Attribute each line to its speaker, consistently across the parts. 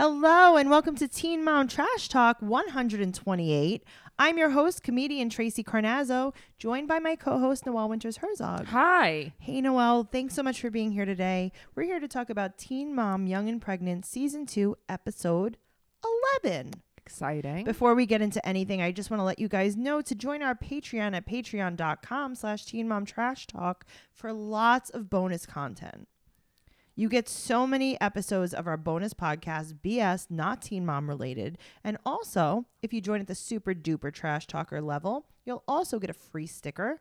Speaker 1: Hello, and welcome to Teen Mom Trash Talk 128. I'm your host, comedian Tracy Carnazzo, joined by my co host, Noelle Winters Herzog.
Speaker 2: Hi.
Speaker 1: Hey, Noelle, thanks so much for being here today. We're here to talk about Teen Mom Young and Pregnant Season 2, Episode 11.
Speaker 2: Exciting.
Speaker 1: Before we get into anything, I just want to let you guys know to join our Patreon at patreon.com slash teen mom trash talk for lots of bonus content. You get so many episodes of our bonus podcast, BS Not Teen Mom Related. And also, if you join at the super duper trash talker level, you'll also get a free sticker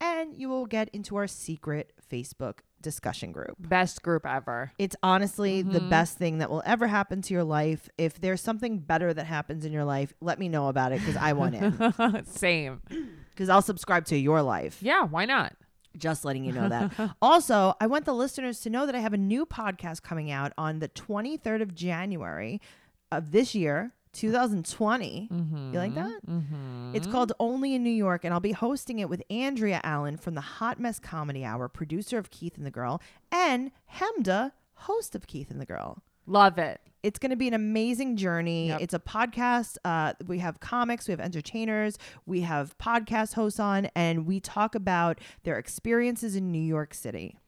Speaker 1: and you will get into our secret Facebook discussion group.
Speaker 2: Best group ever.
Speaker 1: It's honestly the
Speaker 2: Mm-hmm.
Speaker 1: best thing that will ever happen to your life. If there's something better that happens in your life, let me know about it because I want in.
Speaker 2: Same.
Speaker 1: Because I'll subscribe to your life.
Speaker 2: Yeah, why not?
Speaker 1: Just letting you know that. also, I want the listeners to know that I have a new podcast coming out on the 23rd of January of this year, 2020. You like that?
Speaker 2: Mm-hmm.
Speaker 1: It's called Only in New York, and I'll be hosting it with Andrea Allen from the Hot Mess Comedy Hour, producer of Keith and the Girl, and Hemda, host of Keith and the Girl.
Speaker 2: Love it.
Speaker 1: It's going to be an amazing journey.
Speaker 2: Yep.
Speaker 1: It's a podcast. Uh, we have comics, we have entertainers, we have podcast hosts on, and we talk about their experiences in New York City.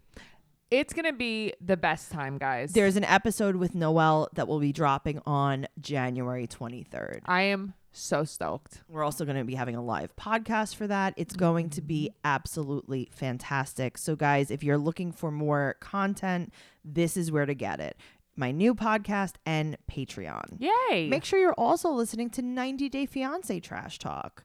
Speaker 2: It's going to be the best time, guys.
Speaker 1: There's an episode with Noel that will be dropping on January 23rd.
Speaker 2: I am so stoked.
Speaker 1: We're also going to be having a live podcast for that. It's going to be absolutely fantastic. So, guys, if you're looking for more content, this is where to get it my new podcast and Patreon.
Speaker 2: Yay.
Speaker 1: Make sure you're also listening to 90 Day Fiance Trash Talk.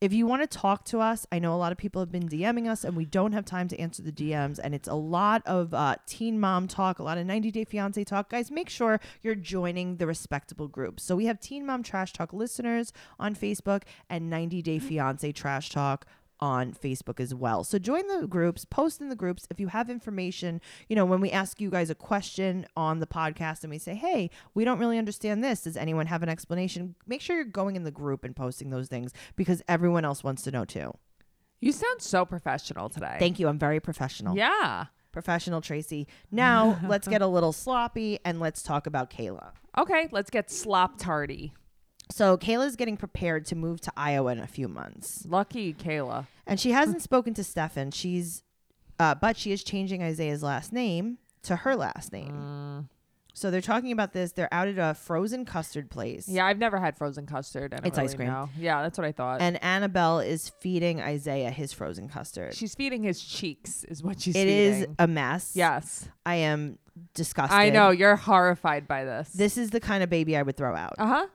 Speaker 1: If you want to talk to us, I know a lot of people have been DMing us and we don't have time to answer the DMs. And it's a lot of uh, teen mom talk, a lot of 90 Day Fiance talk. Guys, make sure you're joining the respectable groups. So we have Teen Mom Trash Talk listeners on Facebook and 90 Day Fiance Trash Talk on Facebook as well. So join the groups, post in the groups. If you have information, you know, when we ask you guys a question on the podcast and we say, hey, we don't really understand this, does anyone have an explanation? Make sure you're going in the group and posting those things because everyone else wants to know too.
Speaker 2: you sound so professional today.
Speaker 1: Thank you. I'm very professional.
Speaker 2: Yeah.
Speaker 1: Professional Tracy. Now let's get a little sloppy and let's talk about Kayla.
Speaker 2: Okay, let's get slop tardy.
Speaker 1: So Kayla's getting prepared to move to Iowa in a few months.
Speaker 2: Lucky Kayla.
Speaker 1: and she hasn't spoken to Stefan. She's, uh, but she is changing Isaiah's last name to her last name.
Speaker 2: Mm.
Speaker 1: So they're talking about this. They're out at a frozen custard place.
Speaker 2: Yeah, I've never had frozen custard. I don't
Speaker 1: It's ice
Speaker 2: really
Speaker 1: cream.
Speaker 2: know. Yeah, that's what I thought.
Speaker 1: And Annabelle is feeding Isaiah his frozen custard.
Speaker 2: she's feeding his cheeks, is what she's
Speaker 1: It
Speaker 2: feeding.
Speaker 1: is a mess.
Speaker 2: Yes.
Speaker 1: I am disgusted.
Speaker 2: I know. You're horrified by this.
Speaker 1: This is the kind of baby I would throw out.
Speaker 2: Uh huh.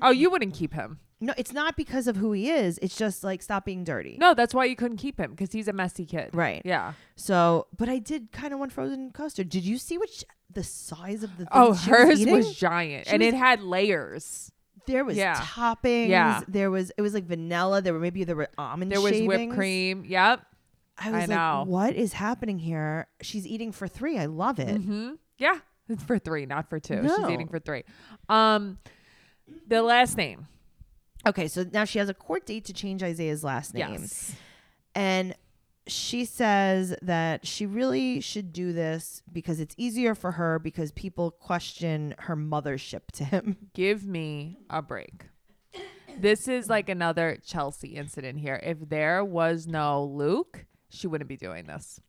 Speaker 2: Oh, you wouldn't keep him.
Speaker 1: No, it's not because of who he is. It's just like stop being dirty.
Speaker 2: No, that's why you couldn't keep him because he's a messy kid.
Speaker 1: Right.
Speaker 2: Yeah.
Speaker 1: So, but I did kind of want frozen custard. Did you see what sh- the size of the thing
Speaker 2: Oh,
Speaker 1: she
Speaker 2: hers was,
Speaker 1: eating?
Speaker 2: giant,
Speaker 1: She
Speaker 2: and
Speaker 1: was-
Speaker 2: it had layers.
Speaker 1: There was
Speaker 2: Yeah.
Speaker 1: toppings.
Speaker 2: Yeah.
Speaker 1: There was it was like vanilla. There were maybe there were almond.
Speaker 2: There was whipped
Speaker 1: shavings.
Speaker 2: cream. Yep.
Speaker 1: I was
Speaker 2: I
Speaker 1: like,
Speaker 2: know.
Speaker 1: what is happening here? She's eating for three. I love it.
Speaker 2: hmm Yeah. It's for three, not for two. She's
Speaker 1: No.
Speaker 2: eating for three. Um, the last name.
Speaker 1: Okay, so now she has a court date to change Isaiah's last name,
Speaker 2: Yes.
Speaker 1: and she says that she really should do this because it's easier for her because people question her mothership to him.
Speaker 2: Give me a break. This is like another Chelsea incident here. If there was no Luke, she wouldn't be doing this.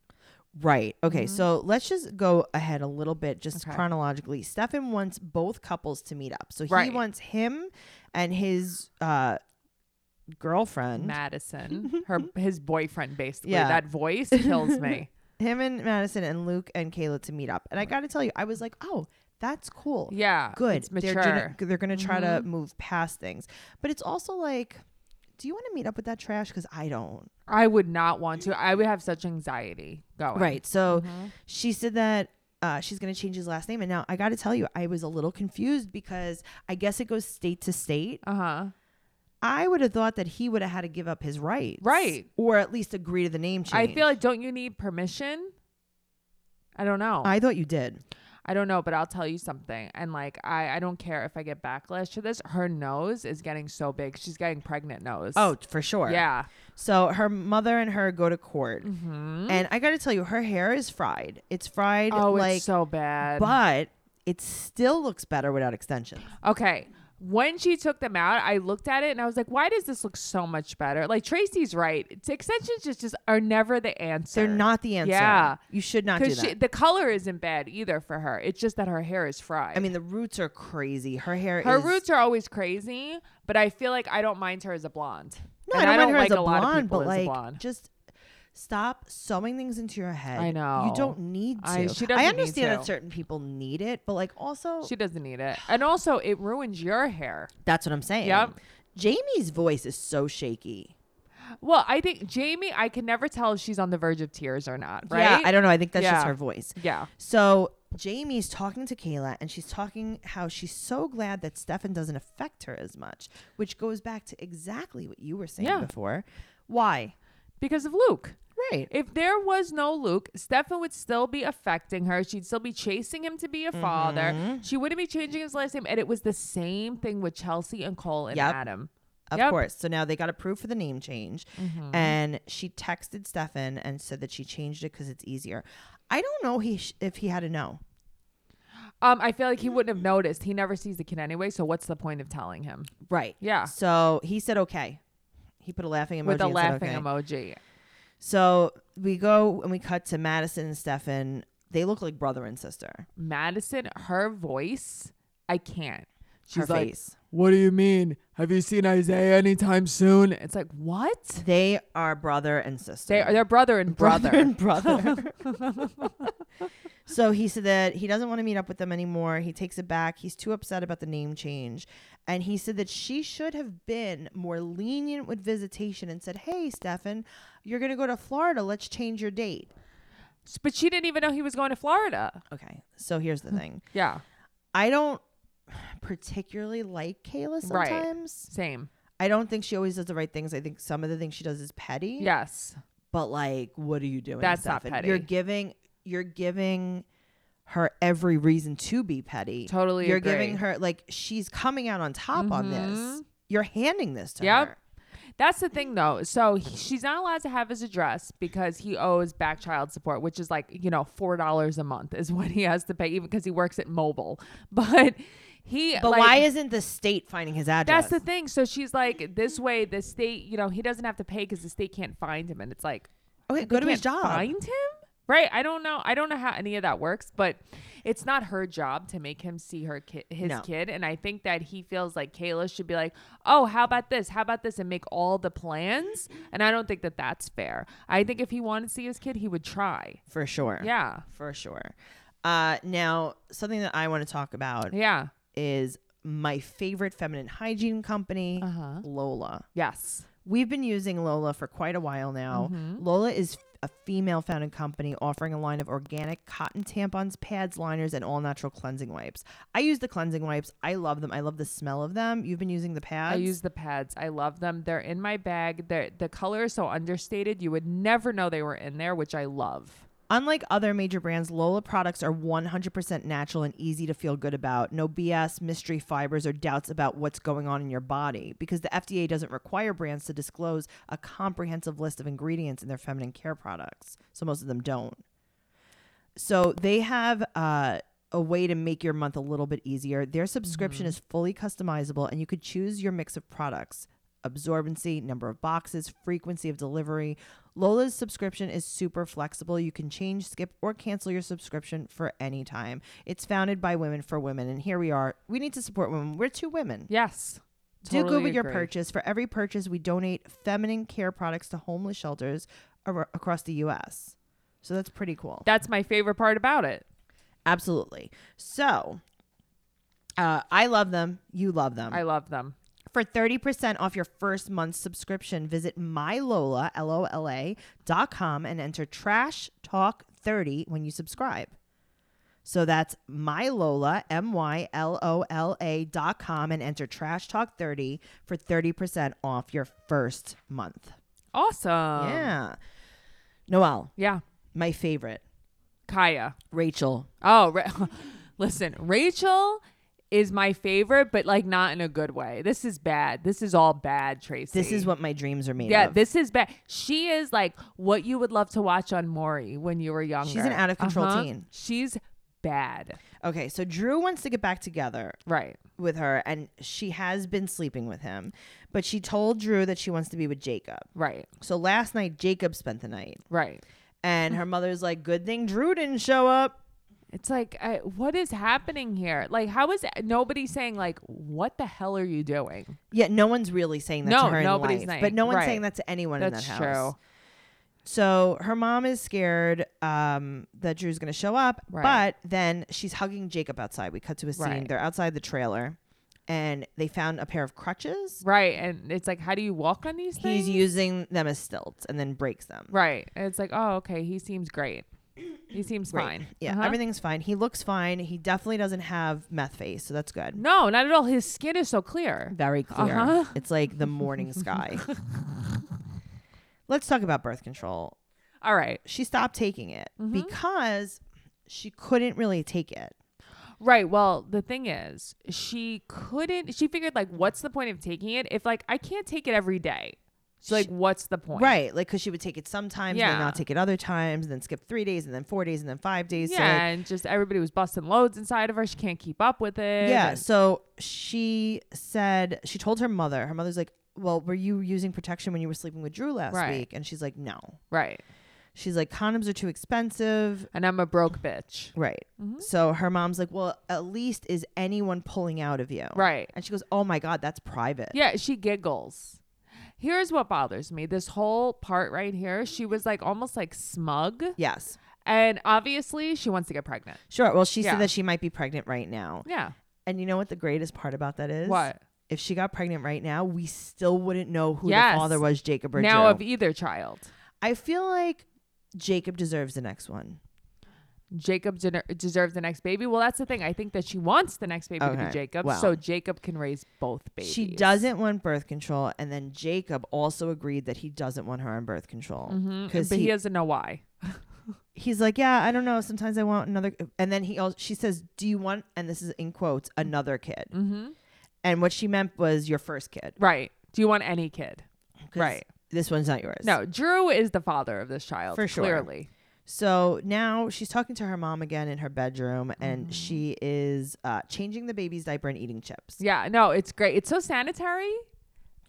Speaker 1: Right. Okay. So let's just go ahead a little bit, just
Speaker 2: Mm-hmm. Okay.
Speaker 1: chronologically. Stefan wants both couples to meet up. So he
Speaker 2: Right.
Speaker 1: wants him and his uh, girlfriend,
Speaker 2: Madison, her his boyfriend, basically.
Speaker 1: Yeah.
Speaker 2: That voice kills me.
Speaker 1: him and Madison and Luke and Kayla to meet up. And I got to tell you, I was like, oh, that's cool.
Speaker 2: Yeah.
Speaker 1: Good.
Speaker 2: It's mature. Mm-hmm.
Speaker 1: They're, gonna- they're going to try to move past things. But it's also like, do you want to meet up with that trash? Because I don't.
Speaker 2: I would not want to. I would have such anxiety going.
Speaker 1: Right. So
Speaker 2: Mm-hmm.
Speaker 1: she said that uh, she's going to change his last name. And now I got to tell you, I was a little confused because I guess it goes state to state.
Speaker 2: Uh huh.
Speaker 1: I would have thought that he would have had to give up his rights.
Speaker 2: Right.
Speaker 1: Or at least agree to the name change.
Speaker 2: I feel like don't you need permission? I don't know. I,
Speaker 1: I thought you did.
Speaker 2: don't know, but I'll tell you something. And like I, I don't care if I get backlash to this. Her nose is getting so big. She's getting pregnant nose.
Speaker 1: Oh, for sure.
Speaker 2: yeah.
Speaker 1: So her mother and her go to court. And I got to tell you, her hair is fried. It's fried
Speaker 2: Mm-hmm. Oh,
Speaker 1: like,
Speaker 2: it's so bad.
Speaker 1: but it still looks better without extensions.
Speaker 2: Okay. When she took them out, I looked at it and I was like, why does this look so much better? Like Tracy's right. It's- extensions just, just are never the answer.
Speaker 1: They're not the answer.
Speaker 2: Yeah.
Speaker 1: You should not do
Speaker 2: Because
Speaker 1: that.
Speaker 2: the color isn't bad either for her. It's just that her hair is fried.
Speaker 1: I mean, the roots are crazy. Her hair
Speaker 2: her
Speaker 1: is.
Speaker 2: roots are always crazy, but I feel like I don't mind her as a blonde.
Speaker 1: No,
Speaker 2: And
Speaker 1: I don't mind her
Speaker 2: like
Speaker 1: as a
Speaker 2: lot of
Speaker 1: blonde,
Speaker 2: people
Speaker 1: but
Speaker 2: as
Speaker 1: like,
Speaker 2: a blonde.
Speaker 1: just stop sewing things into your head.
Speaker 2: I know.
Speaker 1: You don't need to.
Speaker 2: I- she doesn't need
Speaker 1: understand
Speaker 2: to.
Speaker 1: that certain people need it, but like, also,
Speaker 2: She doesn't need it. And also, it ruins your hair.
Speaker 1: that's what I'm saying.
Speaker 2: Yep.
Speaker 1: Jamie's voice is so shaky.
Speaker 2: Well, I think Jamie, I can never tell if she's on the verge of tears or not, right?
Speaker 1: Yeah, I don't know. I think that's just
Speaker 2: Yeah.
Speaker 1: her voice.
Speaker 2: Yeah.
Speaker 1: So Jamie's talking to Kayla and she's talking how she's so glad that Stefan doesn't affect her as much, which goes back to exactly what you were saying
Speaker 2: Yeah.
Speaker 1: before. Why?
Speaker 2: Because of Luke.
Speaker 1: Right.
Speaker 2: If there was no Luke, Stefan would still be affecting her. She'd still be chasing him to be a father.
Speaker 1: Mm-hmm.
Speaker 2: She wouldn't be changing his last name. And it was the same thing with Chelsea and Cole and
Speaker 1: Yep.
Speaker 2: Adam.
Speaker 1: Of
Speaker 2: Yep. Mm-hmm.
Speaker 1: course. So now they got approved for the name change. And she texted Stefan and said that she changed it because it's easier. I don't know he sh- if he had to know.
Speaker 2: Um, I feel like he wouldn't have noticed. He never sees the kid anyway, so what's the point of telling him?
Speaker 1: Right.
Speaker 2: Yeah.
Speaker 1: So he said, okay. He put a laughing emoji
Speaker 2: With a
Speaker 1: and said,
Speaker 2: laughing
Speaker 1: okay.
Speaker 2: emoji.
Speaker 1: So we go and we cut to Madison and Stefan. They look like brother and sister.
Speaker 2: Madison, her voice, I can't. She's
Speaker 1: Her
Speaker 2: like,
Speaker 1: face.
Speaker 2: What do you mean? Have you seen Isaiah anytime soon? It's like, what?
Speaker 1: They are brother and sister.
Speaker 2: They are their brother and brother.
Speaker 1: brother and brother. so he said that he doesn't want to meet up with them anymore. He takes it back. He's too upset about the name change. And he said that she should have been more lenient with visitation and said, Hey, Stefan, you're going to go to Florida. Let's change your date.
Speaker 2: but she didn't even know he was going to Florida.
Speaker 1: Okay. So here's the thing
Speaker 2: Yeah.
Speaker 1: I don't particularly like Kayla
Speaker 2: Right.
Speaker 1: sometimes.
Speaker 2: Same.
Speaker 1: I don't think she always does the right things. I think some of the things she does is petty.
Speaker 2: Yes.
Speaker 1: but like what are you doing
Speaker 2: That's not
Speaker 1: Stefan?
Speaker 2: petty.
Speaker 1: you're giving you're giving her every reason to be petty
Speaker 2: Totally
Speaker 1: you're
Speaker 2: agree.
Speaker 1: giving her like she's coming out on top on this
Speaker 2: Mhm.
Speaker 1: you're handing this to
Speaker 2: Yep.
Speaker 1: her
Speaker 2: That's the thing, though. So he, she's not allowed to have his address because he owes back child support, which is like, you know, $4 a month is what he has to pay, even because he works at mobile. But he.
Speaker 1: but
Speaker 2: like,
Speaker 1: why isn't the state finding his address
Speaker 2: That's the thing. So she's like, this way, the state, you know, he doesn't have to pay because the state can't find him. And it's like,
Speaker 1: okay go to
Speaker 2: can't
Speaker 1: his job
Speaker 2: find him? Right. I don't know. I don't know how any of that works, but it's not her job to make him see her ki- his
Speaker 1: No.
Speaker 2: kid. And I think that he feels like Kayla should be like, oh, how about this? How about this? And make all the plans. And I don't think that that's fair. I think if he wanted to see his kid, he would try.
Speaker 1: for sure
Speaker 2: Yeah.
Speaker 1: for sure uh now something that i want to talk about
Speaker 2: Yeah.
Speaker 1: is my favorite feminine hygiene company
Speaker 2: Uh-huh.
Speaker 1: lola
Speaker 2: Yes.
Speaker 1: We've been using Lola for quite a while now.
Speaker 2: Mm-hmm.
Speaker 1: Lola is a female founded company offering a line of organic cotton tampons, pads, liners, and all natural cleansing wipes. I use the cleansing wipes. I love them. I love the smell of them. You've been using the pads.
Speaker 2: I use the pads. I love them. They're in my bag. They're, the color is so understated. You would never know they were in there, which I love.
Speaker 1: Unlike other major brands, Lola products are 100% natural and easy to feel good about. No BS, mystery fibers, or doubts about what's going on in your body because the FDA doesn't require brands to disclose a comprehensive list of ingredients in their feminine care products. So most of them don't. So they have uh, a way to make your month a little bit easier. Their
Speaker 2: Mm-hmm.
Speaker 1: subscription is fully customizable, and you could choose your mix of products absorbency, number of boxes, frequency of delivery. Lola's subscription is super flexible. You can change, skip, or cancel your subscription for any time. It's founded by women for women, and here we are. We need to support women. We're two women.
Speaker 2: Yes.
Speaker 1: Do good
Speaker 2: Totally
Speaker 1: with your
Speaker 2: agree.
Speaker 1: purchase. For every purchase, we donate feminine care products to homeless shelters ar- across the U.S. So that's pretty cool.
Speaker 2: That's my favorite part about it.
Speaker 1: Absolutely. So, uh, I love them. You love them.
Speaker 2: I love them.
Speaker 1: For 30% off your first month's subscription, visit mylola, L-O-L-A, dot com and enter trash talk 30 when you subscribe. So that's mylola, M-Y-L-O-L-A dot com and enter trash talk 30 for 30% off your first month.
Speaker 2: Awesome.
Speaker 1: yeah. Noelle,
Speaker 2: Yeah.
Speaker 1: my favorite,
Speaker 2: Kaya.
Speaker 1: Rachel.
Speaker 2: Oh, Ra- listen, Rachel is my favorite, but like not in a good way. This is bad. This is all bad, Tracy.
Speaker 1: This is what my dreams are made
Speaker 2: Yeah,
Speaker 1: of.
Speaker 2: this is bad. She is like what you would love to watch on Maury when you were younger.
Speaker 1: an out of control
Speaker 2: Uh-huh.
Speaker 1: teen.
Speaker 2: She's bad.
Speaker 1: Okay, so Drew wants to get back together
Speaker 2: Right.
Speaker 1: with her, and she has been sleeping with him, but she told Drew that she wants to be with Jacob.
Speaker 2: Right.
Speaker 1: So last night, Jacob spent the night,
Speaker 2: Right.
Speaker 1: and her mother's like, "Good thing Drew didn't show up."
Speaker 2: It's like, I, what is happening here? Like, how is nobody saying, like, what the hell are you doing?
Speaker 1: Yet no one's really saying that
Speaker 2: No,
Speaker 1: to her in
Speaker 2: nobody's
Speaker 1: life,
Speaker 2: saying-
Speaker 1: but no one's
Speaker 2: right.
Speaker 1: saying that to anyone
Speaker 2: That's
Speaker 1: in that house.
Speaker 2: true.
Speaker 1: So her mom is scared um, that Drew's going to show up,
Speaker 2: Right.
Speaker 1: but then she's hugging Jacob outside. We cut to a scene.
Speaker 2: Right.
Speaker 1: They're outside the trailer, and they found a pair of crutches.
Speaker 2: Right. And it's like, how do you walk on these things?
Speaker 1: He's using them as stilts and then breaks them.
Speaker 2: right. And it's like, oh, okay. He seems great. He seems
Speaker 1: Right.
Speaker 2: fine.
Speaker 1: Yeah,
Speaker 2: Uh-huh.
Speaker 1: everything's fine. He looks fine. He definitely doesn't have meth face, so that's good.
Speaker 2: No, not at all. His skin is so clear.
Speaker 1: Very clear.
Speaker 2: Uh-huh.
Speaker 1: It's like the morning sky. Let's talk about birth control.
Speaker 2: All right.
Speaker 1: She stopped taking it
Speaker 2: Mm-hmm.
Speaker 1: because she couldn't really take it.
Speaker 2: Right. Well, the thing is, she couldn't. She figured, like, what's the point of taking it if, like, I can't take it every day? So, like,
Speaker 1: She-
Speaker 2: what's the point?
Speaker 1: Right. Like, because she would take it sometimes and
Speaker 2: Yeah.
Speaker 1: then not take it other times, and then skip three days, and then four days, and then five days. So,
Speaker 2: Yeah,
Speaker 1: like,
Speaker 2: and just everybody was busting loads inside of her. She can't keep up with it.
Speaker 1: yeah.
Speaker 2: and-
Speaker 1: So she said, she told her mother, her mother's like, Well, were you using protection when you were sleeping with Drew last
Speaker 2: Right.
Speaker 1: week? And she's like, No.
Speaker 2: right.
Speaker 1: She's like, Condoms are too expensive.
Speaker 2: And I'm a broke bitch.
Speaker 1: Right.
Speaker 2: Mm-hmm.
Speaker 1: So her mom's like, Well, at least is anyone pulling out of you?
Speaker 2: Right.
Speaker 1: And she goes, Oh my God, that's private.
Speaker 2: Yeah, she giggles. Here's what bothers me. This whole part right here, she was like almost like smug.
Speaker 1: Yes.
Speaker 2: And obviously, she wants to get pregnant.
Speaker 1: Sure. Well, she
Speaker 2: Yeah.
Speaker 1: said that she might be pregnant right now.
Speaker 2: Yeah.
Speaker 1: And you know what the greatest part about that is?
Speaker 2: What?
Speaker 1: If she got pregnant right now, we still wouldn't know who
Speaker 2: Yes.
Speaker 1: the father was, Jacob or
Speaker 2: Now of
Speaker 1: Drew.
Speaker 2: either child.
Speaker 1: I feel like Jacob deserves the next one.
Speaker 2: Jacob de- deserves the next baby. Well, that's the thing. I think that she wants the next baby to be
Speaker 1: Okay,
Speaker 2: Jacob,
Speaker 1: well.
Speaker 2: so Jacob can raise both babies.
Speaker 1: She doesn't want birth control, and then Jacob also agreed that he doesn't want her on birth control
Speaker 2: Mm-hmm. Mm, But
Speaker 1: because
Speaker 2: he,
Speaker 1: he,
Speaker 2: doesn't know why.
Speaker 1: he's like, yeah, I don't know. Sometimes I want another, and then he also she says, do you want? And this is in quotes, another kid.
Speaker 2: Mm-hmm.
Speaker 1: And what she meant was your first kid.
Speaker 2: Right. Do you want any kid?
Speaker 1: 'Cause
Speaker 2: Right.
Speaker 1: This one's not yours.
Speaker 2: No, Drew is the father of this child.
Speaker 1: For sure.
Speaker 2: Clearly.
Speaker 1: So now she's talking to her mom again in her bedroom,
Speaker 2: Mm.
Speaker 1: and she is uh, changing the baby's diaper and eating chips.
Speaker 2: Yeah. No, it's great. It's so sanitary.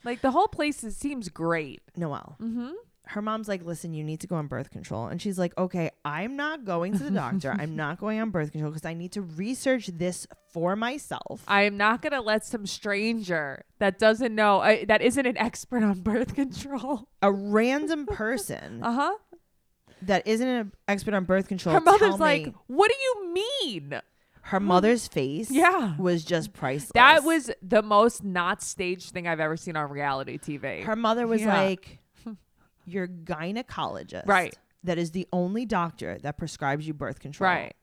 Speaker 2: Like the whole place is, seems great.
Speaker 1: Noelle.
Speaker 2: Mm-hmm.
Speaker 1: Her mom's like, listen, you need to go on birth control. And she's like, okay, I'm not going to the doctor. I'm not going on birth control because I need to research this for myself.
Speaker 2: I am not going to let some stranger that doesn't know, uh, that isn't an expert on birth control.
Speaker 1: A random person
Speaker 2: Uh huh.
Speaker 1: that isn't an expert on birth control.
Speaker 2: Her mother's
Speaker 1: tell
Speaker 2: like,
Speaker 1: me-
Speaker 2: what do you mean?
Speaker 1: her mother's face
Speaker 2: Yeah.
Speaker 1: was just priceless.
Speaker 2: That was the most not staged thing I've ever seen on reality TV.
Speaker 1: her mother was
Speaker 2: Yeah.
Speaker 1: like, your gynecologist,
Speaker 2: Right.
Speaker 1: That is the only doctor that prescribes you birth control.
Speaker 2: right.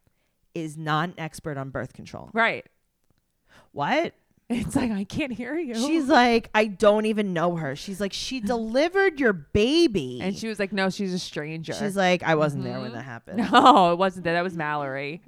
Speaker 1: Is not an expert on birth control.
Speaker 2: Right.
Speaker 1: What?
Speaker 2: It's like, I can't hear you.
Speaker 1: She's like, I don't even know her. She's like, she delivered your baby.
Speaker 2: and she was like, no, she's a stranger.
Speaker 1: she's like, I wasn't there when that happened.
Speaker 2: no, it wasn't that. That was Mallory.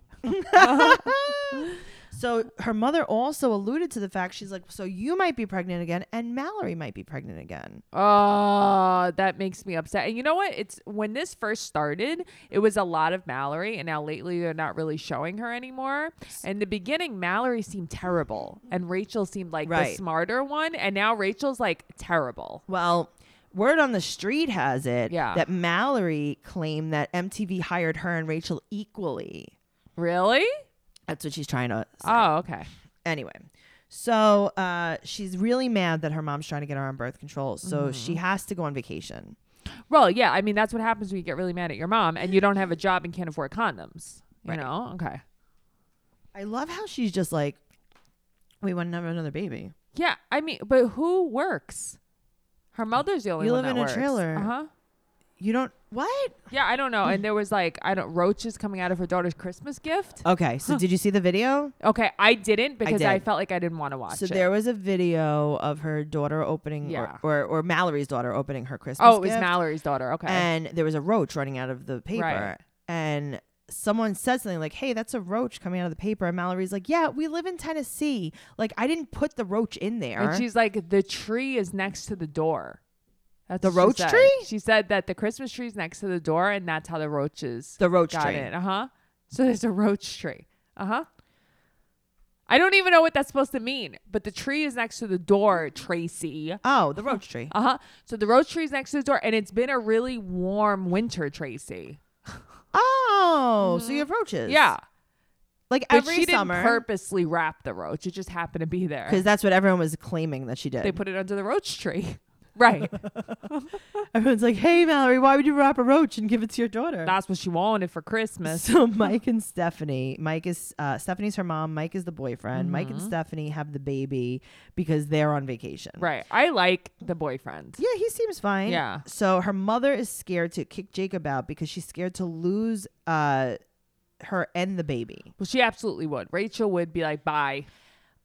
Speaker 1: So her mother also alluded to the fact she's like, so you might be pregnant again, and Mallory might be pregnant again.
Speaker 2: Oh, that makes me upset. And you know what? It's when this first started, it was a lot of Mallory, and now lately they're not really showing her anymore. In the beginning, Mallory seemed terrible, and Rachel seemed like the
Speaker 1: Right.
Speaker 2: smarter one, and now Rachel's like terrible.
Speaker 1: Well, word on the street has it
Speaker 2: Yeah.
Speaker 1: that Mallory claimed that MTV hired her and Rachel equally.
Speaker 2: Really?
Speaker 1: That's what she's trying to. Say.
Speaker 2: Oh, okay.
Speaker 1: Anyway, so uh, she's really mad that her mom's trying to get her on birth control, so
Speaker 2: Mm-hmm.
Speaker 1: she has to go on vacation.
Speaker 2: Well, yeah. I mean, that's what happens when you get really mad at your mom and you don't have a job and can't afford condoms. You
Speaker 1: Right.
Speaker 2: know? Okay.
Speaker 1: I love how she's just like, we want to have another baby.
Speaker 2: Yeah. I mean, but who works? Her mother's the only
Speaker 1: You
Speaker 2: one
Speaker 1: live
Speaker 2: that
Speaker 1: in a
Speaker 2: works.
Speaker 1: trailer.
Speaker 2: Uh huh.
Speaker 1: You don't what?
Speaker 2: Yeah, I don't know. And there was like, I don't roaches coming out of her daughter's Christmas gift.
Speaker 1: Okay, so did you see the video?
Speaker 2: Okay, I didn't because I,
Speaker 1: did.
Speaker 2: felt like I didn't want to watch
Speaker 1: So
Speaker 2: it.
Speaker 1: there was a video of her daughter opening,
Speaker 2: Yeah.
Speaker 1: or, or or Mallory's daughter opening her Christmas.
Speaker 2: oh, it was
Speaker 1: gift,
Speaker 2: Mallory's daughter. Okay.
Speaker 1: And there was a roach running out of the paper,
Speaker 2: Right.
Speaker 1: and someone said something like, "Hey, that's a roach coming out of the paper." And Mallory's like, "Yeah, we live in Tennessee. Like, I didn't put the roach in there."
Speaker 2: and she's like, the tree is next to the door. That's
Speaker 1: The
Speaker 2: what she
Speaker 1: roach
Speaker 2: said.
Speaker 1: tree?
Speaker 2: She said that the Christmas tree's next to the door, and that's how the roaches
Speaker 1: the roach
Speaker 2: got
Speaker 1: tree.
Speaker 2: in. Uh huh. So there's a roach tree. Uh huh. I don't even know what that's supposed to mean, but the tree is next to the door, Tracy.
Speaker 1: Oh, the roach tree.
Speaker 2: Uh huh. So the rose tree's next to the door, and it's been a really warm winter, Tracy.
Speaker 1: Oh, so you have roaches.
Speaker 2: Mm-hmm. Yeah.
Speaker 1: Like
Speaker 2: But
Speaker 1: every
Speaker 2: she didn't
Speaker 1: summer.
Speaker 2: purposely wrap the roach. It just happened to be there.
Speaker 1: Because that's what everyone was claiming that she did.
Speaker 2: They put it under the roach tree. Right.
Speaker 1: Everyone's like, hey, Mallory, why would you wrap a roach and give it to your daughter?
Speaker 2: That's what she wanted for Christmas.
Speaker 1: So Mike and Stephanie, Mike is uh, Stephanie's her mom. Mike is the boyfriend. Mike
Speaker 2: Mm-hmm.
Speaker 1: and Stephanie have the baby because they're on vacation.
Speaker 2: Right. I like the boyfriend.
Speaker 1: Yeah, he seems fine.
Speaker 2: Yeah.
Speaker 1: So her mother is scared to kick Jacob out because she's scared to lose uh, her and the baby.
Speaker 2: Well, she absolutely would. Rachel would be like, bye.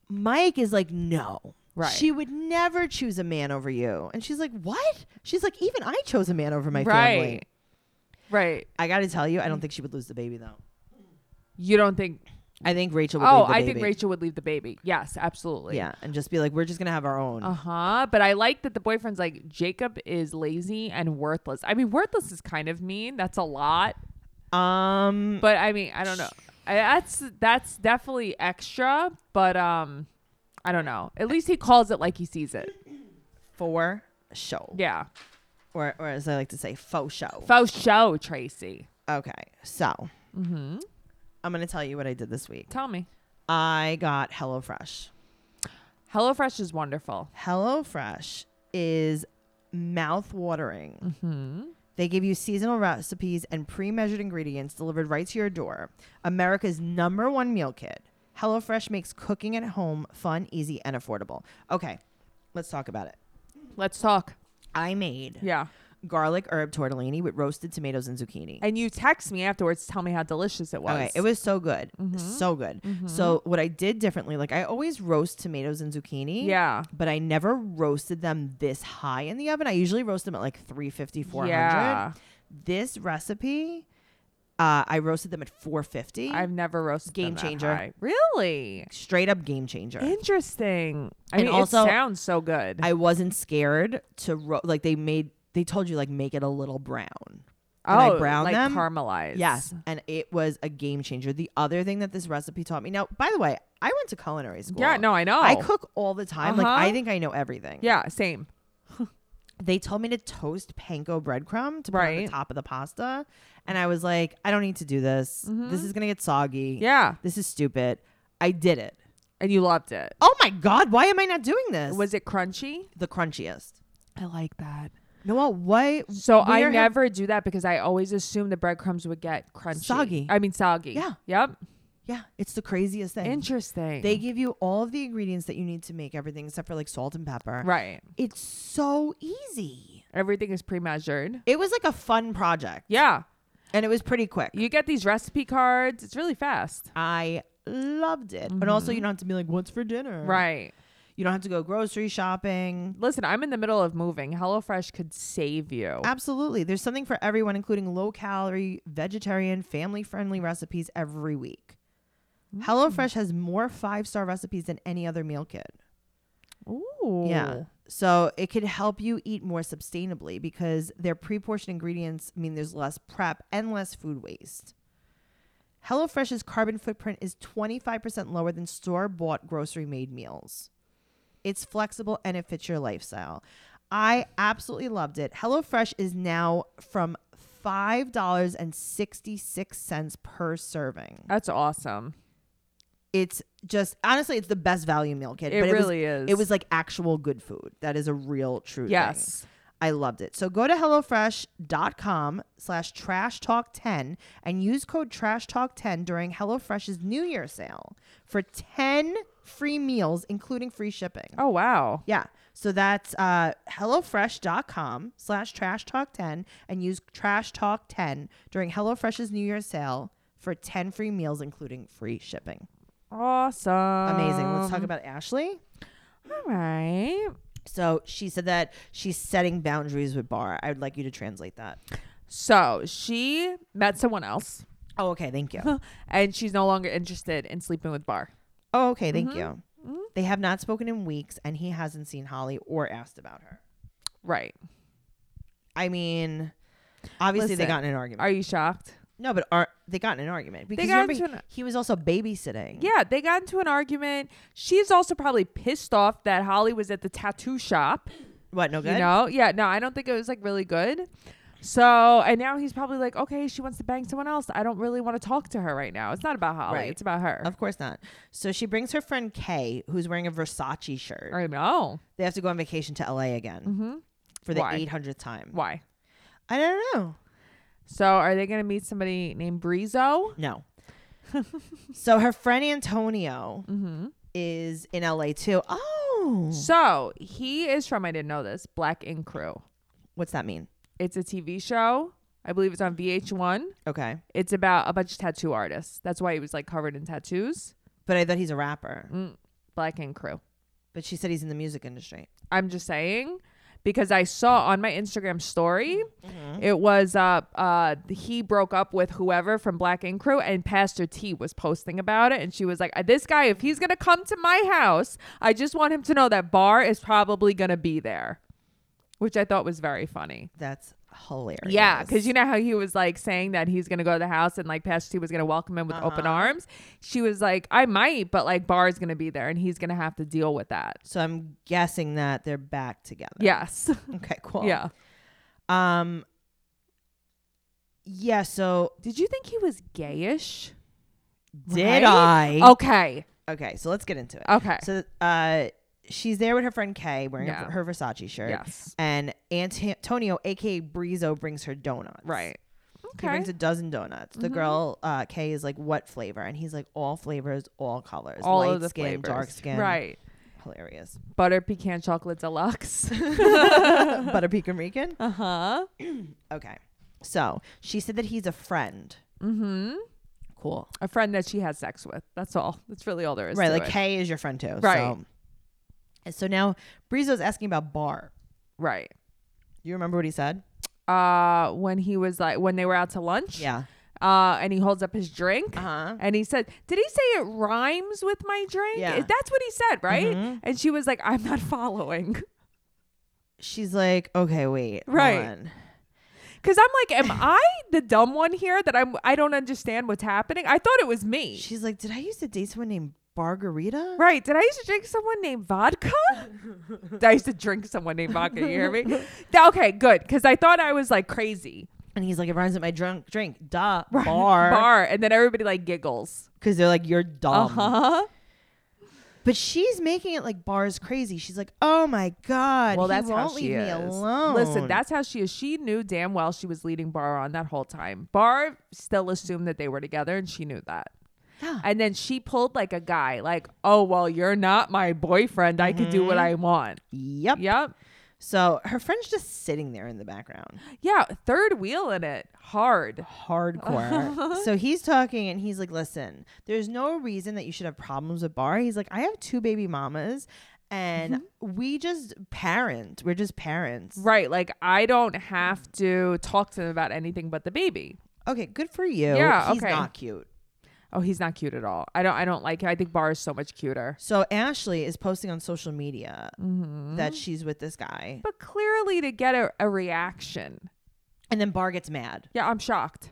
Speaker 1: Mike is like, no.
Speaker 2: Right.
Speaker 1: She would never choose a man over you. And she's like, what? She's like, even I chose a man over my
Speaker 2: right.
Speaker 1: family.
Speaker 2: Right.
Speaker 1: I got to tell you, I
Speaker 2: Mm.
Speaker 1: don't think she would lose the baby, though.
Speaker 2: You don't think.
Speaker 1: I think Rachel would
Speaker 2: Oh,
Speaker 1: leave the
Speaker 2: I
Speaker 1: baby.
Speaker 2: think Rachel would leave the baby. Yes, absolutely.
Speaker 1: Yeah, and just be like, we're just going to have our own.
Speaker 2: Uh huh. But I like that the boyfriend's like, Jacob is lazy and worthless. I mean, worthless is kind of mean. That's a lot.
Speaker 1: Um,
Speaker 2: Oh. But I mean, I don't know. I, that's that's definitely extra. But um, I don't know. At least he calls it like he sees it.
Speaker 1: for show,
Speaker 2: Yeah.
Speaker 1: or or as I like to say, faux show.
Speaker 2: Faux show, Tracy.
Speaker 1: okay, so
Speaker 2: Mm-hmm.
Speaker 1: I'm gonna tell you what I did this week.
Speaker 2: Tell me.
Speaker 1: I got HelloFresh.
Speaker 2: HelloFresh is wonderful.
Speaker 1: HelloFresh is mouth watering. They give you seasonal recipes and pre measured ingredients delivered right to your door. America's number one meal kit. HelloFresh makes cooking at home fun, easy, and affordable. Okay, let's talk about it.
Speaker 2: Let's talk.
Speaker 1: I made
Speaker 2: Yeah.
Speaker 1: garlic herb tortellini with roasted tomatoes and zucchini.
Speaker 2: And you text me afterwards to tell me how delicious it was.
Speaker 1: Okay, it was so good. So good. So what I did differently, like I always roast tomatoes and zucchini.
Speaker 2: Yeah.
Speaker 1: But I never roasted them this high in the oven. I usually roast them at like 350, 400.
Speaker 2: Yeah.
Speaker 1: This recipe, uh, I roasted them at 450.
Speaker 2: I've never roasted them
Speaker 1: Game
Speaker 2: that
Speaker 1: changer.
Speaker 2: high. Really?
Speaker 1: Straight up game changer.
Speaker 2: Interesting. I
Speaker 1: And
Speaker 2: mean,
Speaker 1: also-
Speaker 2: it sounds so good.
Speaker 1: I wasn't scared to ro- like they made they told you like make it a little brown.
Speaker 2: oh,
Speaker 1: and I brown
Speaker 2: like
Speaker 1: them.
Speaker 2: caramelized.
Speaker 1: Yes, and it was a game changer. The other thing that this recipe taught me. Now, by the way, I went to culinary school.
Speaker 2: Yeah, no, I know.
Speaker 1: I cook all the time. Like
Speaker 2: Uh-huh.
Speaker 1: I think I know everything.
Speaker 2: Yeah, same.
Speaker 1: They told me to toast panko breadcrumb to put on the
Speaker 2: Right.
Speaker 1: top of the pasta, and I was like, I don't need to do this. This is gonna get soggy.
Speaker 2: Yeah.
Speaker 1: This is stupid. I did it.
Speaker 2: And you loved it.
Speaker 1: Oh my god, why am I not doing this?
Speaker 2: Was it crunchy?
Speaker 1: the crunchiest.
Speaker 2: I like that.
Speaker 1: Noah, why?
Speaker 2: So I
Speaker 1: where have-
Speaker 2: never do that because I always assume the breadcrumbs would get crunchy.
Speaker 1: Soggy.
Speaker 2: I mean soggy.
Speaker 1: Yeah.
Speaker 2: Yep.
Speaker 1: Yeah, it's the craziest thing.
Speaker 2: Interesting.
Speaker 1: They give you all of the ingredients that you need to make everything except for like salt and pepper.
Speaker 2: right.
Speaker 1: It's so easy.
Speaker 2: Everything is pre-measured.
Speaker 1: It was like a fun project.
Speaker 2: Yeah.
Speaker 1: And it was pretty quick.
Speaker 2: You get these recipe cards. It's really fast.
Speaker 1: I loved it. And also, you don't have to be like, what's for dinner?
Speaker 2: Right.
Speaker 1: You don't have to go grocery shopping.
Speaker 2: Listen, I'm in the middle of moving. HelloFresh could save you.
Speaker 1: Absolutely. There's something for everyone, including low calorie, vegetarian, family friendly recipes every week. HelloFresh has more five star recipes than any other meal kit.
Speaker 2: Ooh.
Speaker 1: Yeah. So it could help you eat more sustainably because their pre portioned ingredients mean there's less prep and less food waste. HelloFresh's carbon footprint is 25% lower than store bought grocery made meals. It's flexible and it fits your lifestyle. I absolutely loved it. HelloFresh is now from $5.66 per serving.
Speaker 2: That's awesome.
Speaker 1: It's just, honestly, it's the best value meal kit.
Speaker 2: It
Speaker 1: but was-
Speaker 2: really is.
Speaker 1: it was like actual good food. That is a real true thing.
Speaker 2: Yes.
Speaker 1: I loved it. So go to HelloFresh.com slash trash talk 10 and use code trash talk 10 during HelloFresh's New Year sale for 10 free meals, including free shipping.
Speaker 2: Oh wow.
Speaker 1: Yeah. So that's uh, HelloFresh.com slash trash talk 10 and use trash talk 10 during HelloFresh's New Year sale for 10 free meals, including free shipping.
Speaker 2: Awesome.
Speaker 1: Amazing. Let's
Speaker 2: Um,
Speaker 1: talk about Ashley.
Speaker 2: All right.
Speaker 1: So she said that she's setting boundaries with Bar. I would like you to translate that.
Speaker 2: So she met someone else
Speaker 1: Oh, okay. Thank you.
Speaker 2: and she's no longer interested in sleeping with Bar.
Speaker 1: oh, okay. Thank
Speaker 2: Mm-hmm.
Speaker 1: you. They have not spoken in weeks, and he hasn't seen Holly or asked about her.
Speaker 2: Right.
Speaker 1: I mean, obviously they
Speaker 2: Listen,
Speaker 1: got in an argument.
Speaker 2: Are you shocked?
Speaker 1: No, but are, they got in an argument because
Speaker 2: got
Speaker 1: remember
Speaker 2: into
Speaker 1: he-
Speaker 2: an-
Speaker 1: he was also babysitting.
Speaker 2: Yeah, they got into an argument. She's also probably pissed off that Holly was at the tattoo shop.
Speaker 1: What? No good.
Speaker 2: You know? Yeah, no, I don't think it was like really good. So, and now he's probably like, okay, she wants to bang someone else. I don't really want to talk to her right now. It's not about Holly,
Speaker 1: Right.
Speaker 2: it's about her.
Speaker 1: Of course not. So she brings her friend Kay, who's wearing a Versace shirt.
Speaker 2: I know.
Speaker 1: They have to go on vacation to LA again for the
Speaker 2: Mm-hmm. Why?
Speaker 1: 800th time.
Speaker 2: Why?
Speaker 1: I don't know.
Speaker 2: So, are they going to meet somebody named Brizo?
Speaker 1: No. so her friend Antonio
Speaker 2: Mm-hmm.
Speaker 1: is in LA too. Oh,
Speaker 2: So, he is from, I didn't know this, Black Ink Crew.
Speaker 1: what's that mean?
Speaker 2: It's a TV show. I believe it's on VH1.
Speaker 1: Okay,
Speaker 2: It's about a bunch of tattoo artists. That's why he was like covered in tattoos.
Speaker 1: but I thought he's a rapper.
Speaker 2: Mm, Black Ink Crew.
Speaker 1: But she said he's in the music industry.
Speaker 2: I'm just saying because I saw on my Instagram story, it was uh uh he broke up with whoever from Black Ink Crew, and Pastor T was posting about it, and she was like, "This guy, if he's gonna come to my house, I just want him to know that Bar is probably gonna be there," which I thought was very funny.
Speaker 1: That's hilarious.
Speaker 2: Yeah, because you know how he was like saying that he's gonna go to the house and like Pastor T was gonna welcome him with open arms. She was like, "I might, but like Bar is gonna be there, and he's gonna have to deal with that."
Speaker 1: So I'm guessing that they're back together.
Speaker 2: Yes.
Speaker 1: Okay. Cool.
Speaker 2: yeah.
Speaker 1: Um. Yeah. So
Speaker 2: Did you think he was gayish?
Speaker 1: did
Speaker 2: Right?
Speaker 1: I?
Speaker 2: Okay.
Speaker 1: Oh. Okay. So let's get into it.
Speaker 2: Oh. Okay.
Speaker 1: So uh, she's there with her friend Kay wearing a-
Speaker 2: Yeah.
Speaker 1: her Versace shirt.
Speaker 2: yes.
Speaker 1: And Ant- Antonio, aka Brizo, brings her donuts.
Speaker 2: Right.
Speaker 1: He
Speaker 2: Okay. Mm-hmm.
Speaker 1: brings a dozen donuts. The girl, uh, Kay, is like, "What flavor?" And he's like, "All flavors, all colors,
Speaker 2: All
Speaker 1: light
Speaker 2: of the
Speaker 1: skin,
Speaker 2: flavors.
Speaker 1: dark skin."
Speaker 2: Right.
Speaker 1: Hilarious.
Speaker 2: Butter pecan chocolate deluxe.
Speaker 1: Butter pecan Rican.
Speaker 2: uh
Speaker 1: Uh-huh.
Speaker 2: huh.
Speaker 1: Okay. So she said that he's a friend.
Speaker 2: Mm-hmm.
Speaker 1: Cool.
Speaker 2: A friend that she has sex with. That's all. That's really all there is.
Speaker 1: Right.
Speaker 2: to
Speaker 1: Like
Speaker 2: it.
Speaker 1: Kay is your friend too.
Speaker 2: Right.
Speaker 1: So, And so now Brizo's asking about Bar.
Speaker 2: right.
Speaker 1: You remember what he said?
Speaker 2: Uh, when he was like, when they were out to lunch.
Speaker 1: Yeah.
Speaker 2: Uh, and he holds up his drink.
Speaker 1: Uh-huh.
Speaker 2: And he said, "Did he say it rhymes with my drink?"
Speaker 1: Yeah.
Speaker 2: That's what he said, right?
Speaker 1: Mhm.
Speaker 2: And she was like, "I'm not following."
Speaker 1: She's like, okay, wait. hold
Speaker 2: Right.
Speaker 1: on."
Speaker 2: Cause I'm like, am I the dumb one here that I'm I don't understand what's happening? I thought it was me.
Speaker 1: She's like, did I used to date someone named Margarita?
Speaker 2: right. Did I used to drink someone named vodka? I used to drink someone named vodka, you hear me? Th- okay, good. Cause I thought I was like crazy.
Speaker 1: And he's like, it rhymes with my drunk drink. Duh.
Speaker 2: Right.
Speaker 1: Bar.
Speaker 2: Bar. And then everybody like giggles.
Speaker 1: Because they're like, you're dumb.
Speaker 2: Uh-huh.
Speaker 1: But she's making it like Bar's crazy. She's like, oh my God.
Speaker 2: well,
Speaker 1: he
Speaker 2: that's
Speaker 1: won't
Speaker 2: how she
Speaker 1: leave
Speaker 2: is.
Speaker 1: me alone.
Speaker 2: Listen, that's how she is. She knew damn well she was leading Bar on that whole time. Bar still assumed that they were together and she knew that.
Speaker 1: Yeah.
Speaker 2: And then she pulled like a guy, like, oh, well, you're not my boyfriend. I could do what
Speaker 1: Mm-hmm.
Speaker 2: I want.
Speaker 1: Yep.
Speaker 2: Yep.
Speaker 1: So her friend's just sitting there in the background.
Speaker 2: Yeah. Third wheel in it. Hard.
Speaker 1: hardcore. so he's talking and he's like, listen, there's no reason that you should have problems with Bar. He's like, I have two baby mamas and we just parent. We're just parents.
Speaker 2: Mm-hmm. Right. Like, I don't have to talk to them about anything but the baby.
Speaker 1: Okay, good for you.
Speaker 2: Yeah,
Speaker 1: He's
Speaker 2: okay.
Speaker 1: not cute.
Speaker 2: Oh, he's not cute at all. I don't I don't like him. I think Bar is so much cuter.
Speaker 1: So Ashley is posting on social media
Speaker 2: Mm-hmm.
Speaker 1: that she's with this guy.
Speaker 2: But clearly to get a, a reaction.
Speaker 1: And then Bar gets mad.
Speaker 2: Yeah, I'm shocked.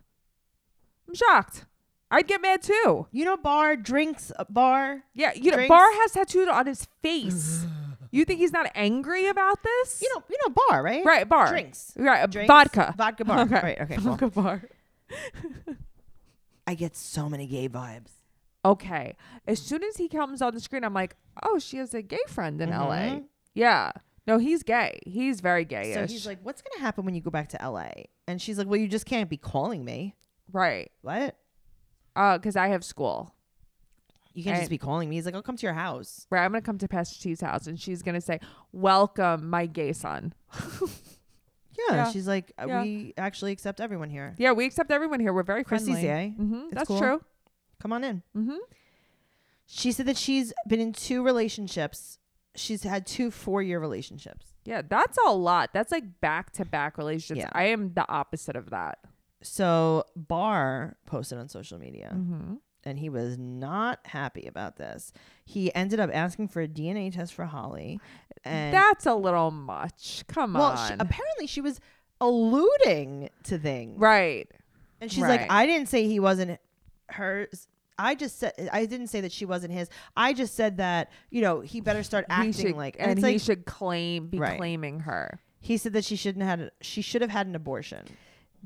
Speaker 2: I'm shocked. I'd get mad too.
Speaker 1: You know, Bar drinks uh, Bar.
Speaker 2: Yeah, you know,
Speaker 1: Drinks.
Speaker 2: Bar has tattooed on his face. you think he's not angry about this?
Speaker 1: You know, you know Bar, right?
Speaker 2: right, Bar.
Speaker 1: Drinks.
Speaker 2: Right, uh,
Speaker 1: Drinks,
Speaker 2: vodka.
Speaker 1: Vodka Bar.
Speaker 2: Okay.
Speaker 1: Right, okay, cool.
Speaker 2: Vodka bar.
Speaker 1: I get so many gay vibes.
Speaker 2: Okay. As soon as he comes on the screen, I'm like, oh, she has a gay friend in LA.
Speaker 1: Mhm.
Speaker 2: Yeah. No, he's gay. He's very gay.
Speaker 1: So he's like, "What's gonna happen when you go back to LA?" And she's like, "Well, you just can't be calling me.
Speaker 2: right.
Speaker 1: What?
Speaker 2: Uh, because I have school.
Speaker 1: You can't
Speaker 2: Right.
Speaker 1: just be calling me." He's like, "I'll come to your house."
Speaker 2: Right. I'm gonna come to Pastor T's house, and she's gonna say, "Welcome, my gay son."
Speaker 1: Yeah.
Speaker 2: Yeah.
Speaker 1: She's like, uh,
Speaker 2: Yeah.
Speaker 1: "We actually accept everyone here.
Speaker 2: Yeah, we accept everyone here. We're very friendly.
Speaker 1: Christy's gay.
Speaker 2: hmm
Speaker 1: It's
Speaker 2: That's
Speaker 1: cool. Mm-hmm.
Speaker 2: true.
Speaker 1: Come on in."
Speaker 2: Mhm.
Speaker 1: She said that she's been in two relationships. She's had two four-year relationships.
Speaker 2: Yeah, that's a lot. That's like back to back relationships.
Speaker 1: Yeah.
Speaker 2: I am the opposite of that.
Speaker 1: So Barr posted on social media.
Speaker 2: Mm-hmm.
Speaker 1: and he was not happy about this. He ended up asking for a DNA test for Holly, and
Speaker 2: That's a little much. Come
Speaker 1: well,
Speaker 2: on.
Speaker 1: she, apparently she was alluding to things.
Speaker 2: right.
Speaker 1: And she's
Speaker 2: Right.
Speaker 1: like, I didn't say he wasn't hers. I just said I didn't say that she wasn't his. I just said that you know he better start acting
Speaker 2: he should,
Speaker 1: like. And,
Speaker 2: and,
Speaker 1: it's
Speaker 2: he
Speaker 1: like
Speaker 2: should claim be
Speaker 1: Right.
Speaker 2: claiming her.
Speaker 1: he said that she shouldn't had she should have had an abortion.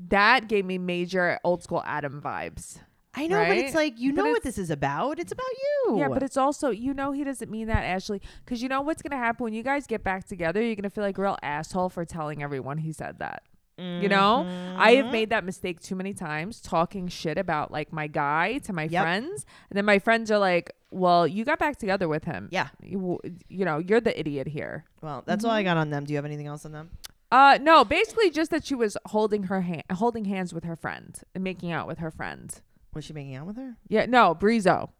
Speaker 2: That gave me major old school Adam vibes.
Speaker 1: I know, but it's
Speaker 2: Right?
Speaker 1: like you
Speaker 2: But
Speaker 1: know what
Speaker 2: it's-
Speaker 1: this is about. It's about you.
Speaker 2: Yeah, but it's also you know he doesn't mean that Ashley because you know what's gonna happen when you guys get back together. You're gonna feel like a real asshole for telling everyone he said that. You know, I
Speaker 1: Mm-hmm.
Speaker 2: have made that mistake too many times, talking shit about like my guy to my
Speaker 1: Yep.
Speaker 2: friends, and then my friends are like, "Well, you got back together with him.
Speaker 1: Yeah.
Speaker 2: you, you know, you're the idiot here."
Speaker 1: well, that's all I got on them. Do you have anything else on them?
Speaker 2: Uh, no, basically just that she was holding her hand, holding hands with her friend, and making out with her friend.
Speaker 1: Was she making out with her?
Speaker 2: Yeah, no, Brizo.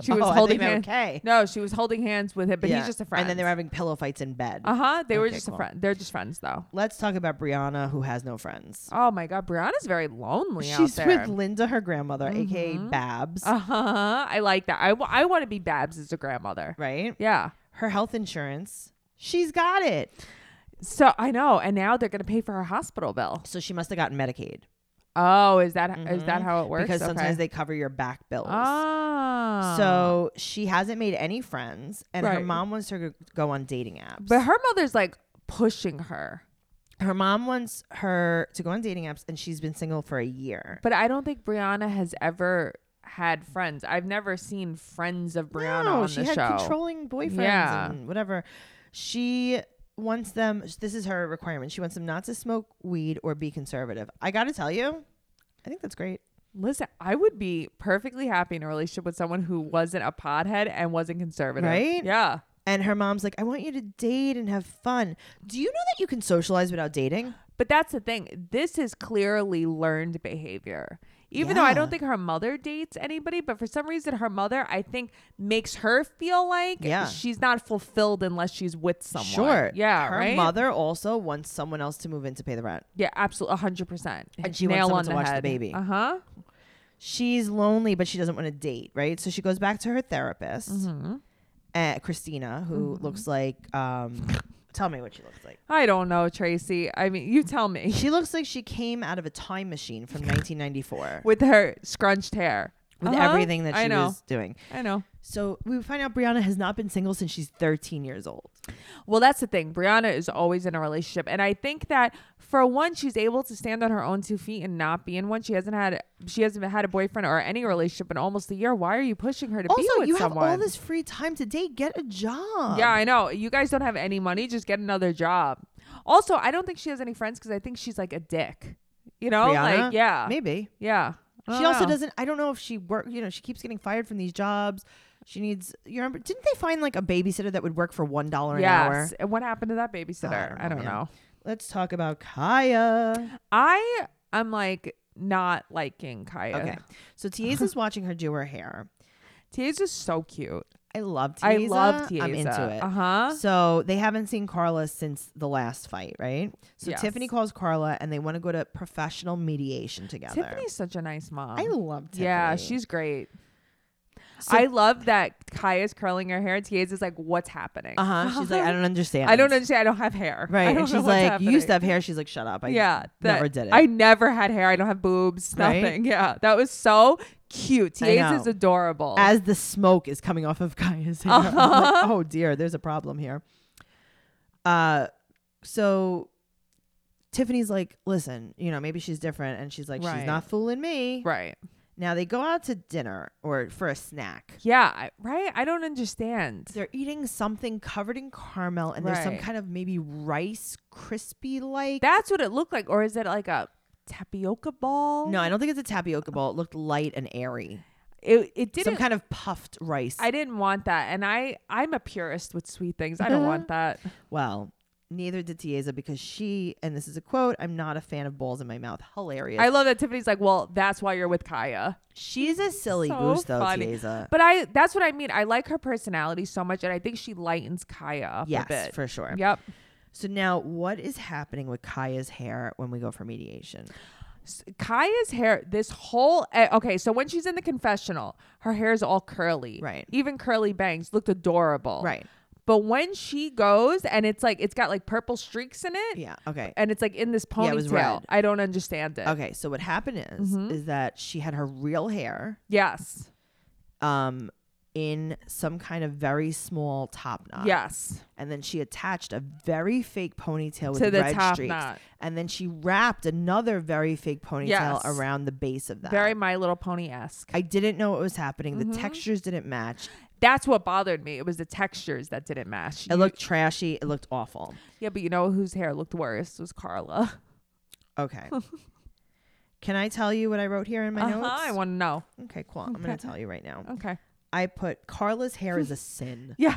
Speaker 2: She was
Speaker 1: Oh, I thought
Speaker 2: holding
Speaker 1: you meant
Speaker 2: hands.
Speaker 1: okay.
Speaker 2: No, she was holding hands with him, but
Speaker 1: Yeah.
Speaker 2: he's just a friend.
Speaker 1: And then they were having pillow fights in bed.
Speaker 2: Uh huh. They were
Speaker 1: Okay,
Speaker 2: just
Speaker 1: cool.
Speaker 2: a friend. They're just friends though.
Speaker 1: Let's talk about Brianna, who has no friends.
Speaker 2: Oh my God, Brianna's very lonely
Speaker 1: She's
Speaker 2: out there.
Speaker 1: with Linda, her grandmother, aka
Speaker 2: Mhm.
Speaker 1: Babs,
Speaker 2: uh huh. I like that. I, w- I want to be Babs as a grandmother.
Speaker 1: right?
Speaker 2: Yeah.
Speaker 1: Her health insurance. She's got it.
Speaker 2: So I know, and now they're gonna pay for her hospital bill.
Speaker 1: So she must have gotten Medicaid
Speaker 2: Oh, is that is
Speaker 1: Mhm.
Speaker 2: that how it works?
Speaker 1: because sometimes
Speaker 2: Okay.
Speaker 1: they cover your back bills.
Speaker 2: Ah.
Speaker 1: So she hasn't made any friends, and her
Speaker 2: Right.
Speaker 1: mom wants her to go on dating apps.
Speaker 2: but her mother's like pushing her.
Speaker 1: her mom wants her to go on dating apps, and she's been single for a year.
Speaker 2: But I don't think Brianna has ever had friends. I've never seen friends of Brianna
Speaker 1: no,
Speaker 2: on
Speaker 1: she
Speaker 2: the
Speaker 1: had
Speaker 2: show.
Speaker 1: controlling boyfriends
Speaker 2: Yeah.
Speaker 1: and whatever. She wants them. This is her requirement. She wants them not to smoke weed or be conservative. I got to tell you, I think that's great.
Speaker 2: Listen, I would be perfectly happy in a relationship with someone who wasn't a podhead and wasn't conservative.
Speaker 1: Right?
Speaker 2: Yeah.
Speaker 1: And her mom's like, I want you to date and have fun. Do you know that you can socialize without dating?
Speaker 2: But that's the thing. This is clearly learned behavior. Even though I
Speaker 1: Yeah.
Speaker 2: don't think her mother dates anybody, but for some reason her mother, I think, makes her feel like
Speaker 1: Yeah.
Speaker 2: she's not fulfilled unless she's with someone.
Speaker 1: Sure.
Speaker 2: Yeah.
Speaker 1: Her
Speaker 2: right.
Speaker 1: mother also wants someone else to move in to pay the rent.
Speaker 2: Yeah. Absolutely. hundred percent.
Speaker 1: And she wants
Speaker 2: Nail
Speaker 1: someone
Speaker 2: on
Speaker 1: to
Speaker 2: the
Speaker 1: watch the
Speaker 2: head.
Speaker 1: baby.
Speaker 2: Uh huh.
Speaker 1: She's lonely, but she doesn't want to date, right? So she goes back to her therapist,
Speaker 2: Mm-hmm. Hmm.
Speaker 1: uh, Christina, who looks like. Um, tell me what she looks like.
Speaker 2: I don't know, Tracy. I mean, you tell me.
Speaker 1: She looks like she came out of a time machine from 1994 with,
Speaker 2: With her scrunched hair. Uh-huh.
Speaker 1: everything that she
Speaker 2: I know.
Speaker 1: was doing.
Speaker 2: I know.
Speaker 1: So we find out Brianna has not been single since she's 13 years old.
Speaker 2: Well, that's the thing. Brianna is always in a relationship. And I think that for one, she's able to stand on her own two feet and not be in one. She hasn't had she hasn't had a boyfriend or any relationship in almost a year. Why are you pushing her to be
Speaker 1: also,
Speaker 2: with
Speaker 1: you
Speaker 2: someone?
Speaker 1: have all this free time to date. Get a job.
Speaker 2: yeah, I know. You guys don't have any money, just get another job. Also, I don't think she has any friends because I think she's like a dick. You know?
Speaker 1: Brianna?
Speaker 2: Like yeah.
Speaker 1: Maybe.
Speaker 2: Yeah. I
Speaker 1: She
Speaker 2: don't
Speaker 1: also
Speaker 2: know.
Speaker 1: doesn't. I don't know if she work. You know, she keeps getting fired from these jobs. She needs. You remember? Didn't they find like a babysitter that would work for one dollar an hour?
Speaker 2: Yes. And what happened to that babysitter? I don't know.
Speaker 1: man. Let's talk about Kaya.
Speaker 2: I am like not liking Kaya.
Speaker 1: Okay. So Tia's is watching her do her hair.
Speaker 2: Tia's just so cute.
Speaker 1: I love Tia's.
Speaker 2: I love Tia's.
Speaker 1: I'm into it.
Speaker 2: Uh huh.
Speaker 1: So they haven't seen Carla since the last fight, right? So
Speaker 2: Yes.
Speaker 1: Tiffany calls Carla and they want to go to professional mediation together.
Speaker 2: Tiffany's such a nice mom.
Speaker 1: I love Tiffany.
Speaker 2: Yeah, she's great.
Speaker 1: So-
Speaker 2: I love that Kaya's curling her hair. Tia's is like, what's happening?
Speaker 1: Uh huh. She's like, I don't understand.
Speaker 2: I don't understand. I don't have hair. I
Speaker 1: Right.
Speaker 2: don't
Speaker 1: And
Speaker 2: know
Speaker 1: she's
Speaker 2: what's
Speaker 1: like,
Speaker 2: happening.
Speaker 1: you used to have hair. She's like, shut up. I
Speaker 2: yeah, that-
Speaker 1: never did it.
Speaker 2: I never had hair. I don't have boobs.
Speaker 1: Right?
Speaker 2: Nothing. Yeah, that was so cute.
Speaker 1: I
Speaker 2: Tia's is
Speaker 1: know.
Speaker 2: adorable.
Speaker 1: As the smoke is coming off of Kaya's hair. I'm like,
Speaker 2: Uh-huh.
Speaker 1: oh dear, there's a problem here. Uh, so Tiffany's like, listen, you know, maybe she's different, and she's like, she's
Speaker 2: Right.
Speaker 1: not fooling me.
Speaker 2: right.
Speaker 1: Now they go out to dinner or for a snack.
Speaker 2: Yeah. I- Right. I don't understand.
Speaker 1: They're eating something covered in caramel, and there's some
Speaker 2: Right.
Speaker 1: kind of maybe rice crispy like.
Speaker 2: That's what it looked like, or is it like a tapioca ball?
Speaker 1: No, I don't think it's a tapioca ball. It looked light and airy.
Speaker 2: it it
Speaker 1: some
Speaker 2: didn't.
Speaker 1: kind of puffed rice.
Speaker 2: I didn't want that, and I I'm a purist with sweet things. I don't want that.
Speaker 1: Well, neither did Tiesa because she, and this is a quote, I'm not a fan of balls in my mouth. Hilarious.
Speaker 2: I love that Tiffany's like, well, that's why you're with Kaya.
Speaker 1: She's a silly
Speaker 2: So
Speaker 1: goose, though,
Speaker 2: funny.
Speaker 1: Tiesa.
Speaker 2: But I that's what I mean. I like her personality so much, and I think she lightens Kaya up a
Speaker 1: Yes,
Speaker 2: bit.
Speaker 1: for sure.
Speaker 2: Yep.
Speaker 1: So now, what is happening with Kaya's hair when we go for mediation?
Speaker 2: S- Kaya's hair, this whole eh, okay, so when she's in the confessional, her hair is all curly,
Speaker 1: Right.
Speaker 2: Even curly bangs looked adorable,
Speaker 1: Right.
Speaker 2: But when she goes and it's like it's got like purple streaks in it,
Speaker 1: Yeah. Okay.
Speaker 2: and it's like in this
Speaker 1: Yeah, it was
Speaker 2: ponytail.
Speaker 1: red.
Speaker 2: I don't understand it.
Speaker 1: Okay. So what happened is
Speaker 2: Mhm.
Speaker 1: is that she had her real hair
Speaker 2: Yes.
Speaker 1: um in some kind of very small top knot.
Speaker 2: yes.
Speaker 1: And then she attached a very fake ponytail with
Speaker 2: To the
Speaker 1: red
Speaker 2: top
Speaker 1: streaks.
Speaker 2: knot.
Speaker 1: And then she wrapped another very fake ponytail
Speaker 2: Yes.
Speaker 1: around the base of that.
Speaker 2: Very Mm-hmm. My Little Pony esque.
Speaker 1: I didn't know what was happening. The textures didn't match.
Speaker 2: That's what bothered me. It was the textures that didn't match.
Speaker 1: It
Speaker 2: You-
Speaker 1: looked trashy. It looked awful.
Speaker 2: yeah, but you know whose hair looked worse was Carla.
Speaker 1: Okay. Can I tell you what I wrote here in my
Speaker 2: Uh-huh, I
Speaker 1: notes?
Speaker 2: want to know.
Speaker 1: okay, cool. I'm going to tell you right now.
Speaker 2: Okay.
Speaker 1: I put Carla's hair is a sin.
Speaker 2: Yeah.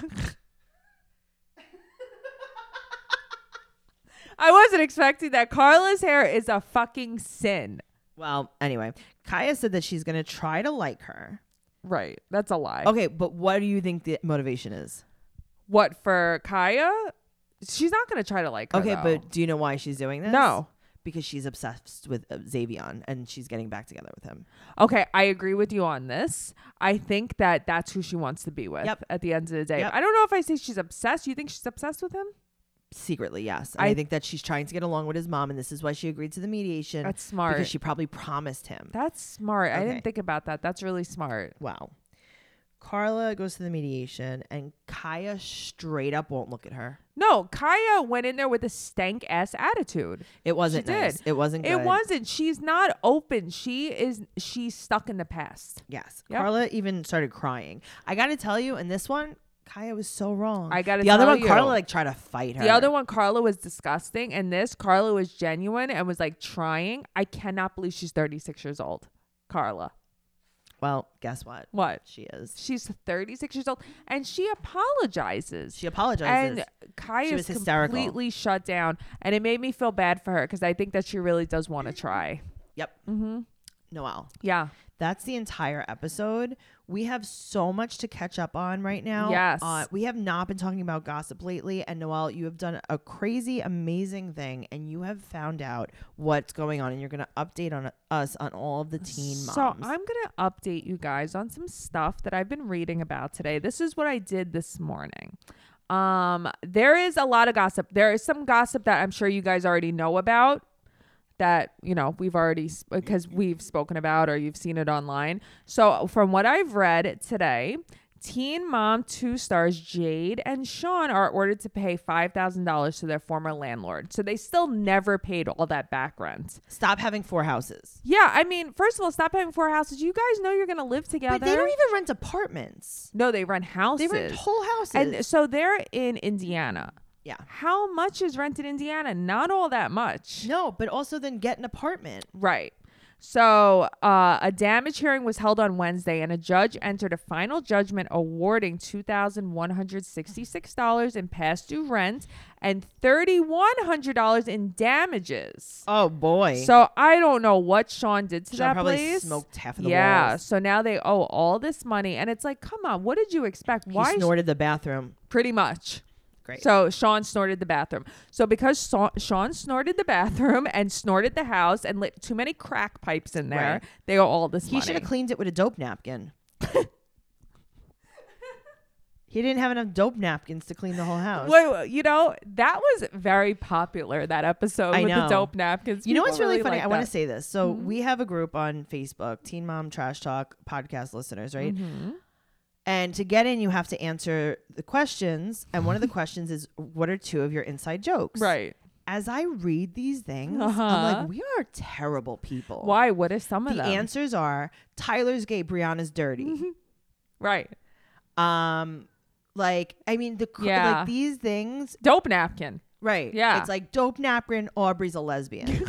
Speaker 2: I wasn't expecting that. Carla's hair is a fucking sin.
Speaker 1: Well, anyway, Kaya said that she's going to try to like her.
Speaker 2: Right. That's a lie.
Speaker 1: Okay, but what do you think the motivation is?
Speaker 2: What for Kaya? She's not gonna try to like her.
Speaker 1: Okay,
Speaker 2: though.
Speaker 1: but do you know why she's doing this?
Speaker 2: No.
Speaker 1: Because she's obsessed with uh, Xavion and she's getting back together with him.
Speaker 2: Okay, I agree with you on this. I think that that's who she wants to be with
Speaker 1: Yep.
Speaker 2: at the end of the day.
Speaker 1: Yep.
Speaker 2: I don't know if I say she's obsessed. You think she's obsessed with him?
Speaker 1: Secretly, yes. And I,
Speaker 2: I-
Speaker 1: think that she's trying to get along with his mom, and this is why she agreed to the mediation.
Speaker 2: That's smart.
Speaker 1: Because she probably promised him.
Speaker 2: that's smart. I
Speaker 1: Okay.
Speaker 2: didn't think about that. That's really smart.
Speaker 1: wow. Carla goes to the mediation, and Kaya straight up won't look at her.
Speaker 2: No, Kaya went in there with a stank ass attitude.
Speaker 1: It wasn't nice.
Speaker 2: did.
Speaker 1: It wasn't good.
Speaker 2: It wasn't. She's not open. She is she's stuck in the past.
Speaker 1: Yes.
Speaker 2: Yep.
Speaker 1: Carla even started crying. I got to tell you, in this one, Kaya was so wrong.
Speaker 2: I gotta
Speaker 1: the other
Speaker 2: tell
Speaker 1: one, Carla
Speaker 2: you.
Speaker 1: like tried to fight her.
Speaker 2: The other one, Carla, was disgusting, and this Carla was genuine and was like trying. I cannot believe she's 36 years old. Carla,
Speaker 1: Well, guess what?
Speaker 2: what?
Speaker 1: She is.
Speaker 2: She's 36 years old, and she apologizes.
Speaker 1: She apologizes.
Speaker 2: And Kai
Speaker 1: She
Speaker 2: is
Speaker 1: was hysterical.
Speaker 2: completely shut down, and it made me feel bad for her because I think that she really does want to try.
Speaker 1: yep.
Speaker 2: Mm-hmm.
Speaker 1: Noel.
Speaker 2: Yeah,
Speaker 1: That's the entire episode. We have so much to catch up on right now.
Speaker 2: Yes.
Speaker 1: Uh, we have not been talking about gossip lately. And Noel, you have done a crazy, amazing thing, and you have found out what's going on, and you're going to update on us on all of the teen moms.
Speaker 2: so I'm gonna update you guys on some stuff that I've been reading about today. This is what I did this morning. Um, there is a lot of gossip. There is some gossip that I'm sure you guys already know about. That you know we've already because we've spoken about or you've seen it online. So from what I've read today, Teen Mom two stars Jade and Sean are ordered to pay five thousand dollars to their former landlord. So they still never paid all that back rent.
Speaker 1: Stop having four houses.
Speaker 2: Yeah, I mean, first of all, stop having four houses. You guys know you're gonna live together.
Speaker 1: But they don't even rent apartments.
Speaker 2: no, they rent houses.
Speaker 1: They rent whole houses.
Speaker 2: and so they're in Indiana.
Speaker 1: yeah.
Speaker 2: How much is rented Indiana? Not all that much.
Speaker 1: No, but also then get an apartment.
Speaker 2: Right. So, uh, a damage hearing was held on Wednesday, and a judge entered a final judgment awarding $2,166 in past due rent and $3,100 in damages.
Speaker 1: Oh boy.
Speaker 2: So, I don't know what Sean did to
Speaker 1: Sean
Speaker 2: that
Speaker 1: probably
Speaker 2: place.
Speaker 1: smoked half of the
Speaker 2: yeah.
Speaker 1: walls.
Speaker 2: So now they owe all this money, and it's like, come on, what did you expect? Why?
Speaker 1: he snorted the bathroom.
Speaker 2: pretty much.
Speaker 1: Great.
Speaker 2: So Sean snorted the bathroom. So because Sa- Sean snorted the bathroom and snorted the house and lit too many crack pipes in there,
Speaker 1: Right.
Speaker 2: they owe all this
Speaker 1: he
Speaker 2: money.
Speaker 1: should have cleaned it with a dope napkin. he didn't have enough dope napkins to clean the whole house.
Speaker 2: Well, you know that was very popular that episode
Speaker 1: I
Speaker 2: with
Speaker 1: know.
Speaker 2: the dope napkins.
Speaker 1: You know
Speaker 2: People
Speaker 1: what's really, funny?
Speaker 2: liked
Speaker 1: I want to
Speaker 2: that. Mm-hmm.
Speaker 1: say this. So we have a group on Facebook, Teen Mom Trash Talk podcast listeners, right?
Speaker 2: Mm-hmm.
Speaker 1: And to get in, you have to answer the questions. And one of the questions is, "What are two of your inside jokes?"
Speaker 2: right?
Speaker 1: As I read these things, I'm
Speaker 2: Uh-huh.
Speaker 1: like, we are terrible people.
Speaker 2: Why? What is some
Speaker 1: The
Speaker 2: of them? Mm-hmm.
Speaker 1: answers are Tyler's gay, Brianna's dirty.
Speaker 2: right?
Speaker 1: um, like I mean, the cr-
Speaker 2: Yeah.
Speaker 1: like these things,
Speaker 2: Dope napkin.
Speaker 1: right?
Speaker 2: Yeah.
Speaker 1: it's like dope napkin. Aubrey's a lesbian.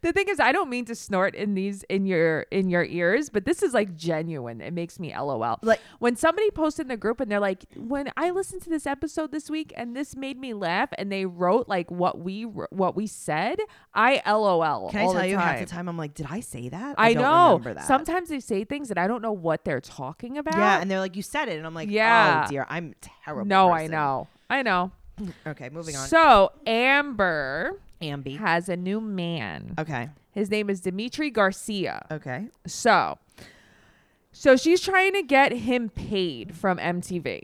Speaker 2: The thing is, I don't mean to snort in these in your in your ears, but this is like genuine. It makes me lol.
Speaker 1: Like-
Speaker 2: when somebody posted in the group and they're like, "When I listened to this episode this week and this made me laugh," and they wrote like what we wr- what we said, I lol.
Speaker 1: Can I
Speaker 2: all
Speaker 1: tell
Speaker 2: the
Speaker 1: you?
Speaker 2: time.
Speaker 1: Half the time, I'm like, did I say that?
Speaker 2: I,
Speaker 1: don't
Speaker 2: know.
Speaker 1: Remember that.
Speaker 2: Sometimes they say things that I don't know what they're talking about.
Speaker 1: Yeah, and they're like, you said it, and I'm like,
Speaker 2: Yeah.
Speaker 1: oh dear, I'm a terrible.
Speaker 2: no, I
Speaker 1: person.
Speaker 2: know. I know.
Speaker 1: Okay, moving on.
Speaker 2: So Amber
Speaker 1: Ambi.
Speaker 2: has a new man.
Speaker 1: Okay.
Speaker 2: His name is Dimitri Garcia.
Speaker 1: Okay.
Speaker 2: So So she's trying to get him paid from MTV,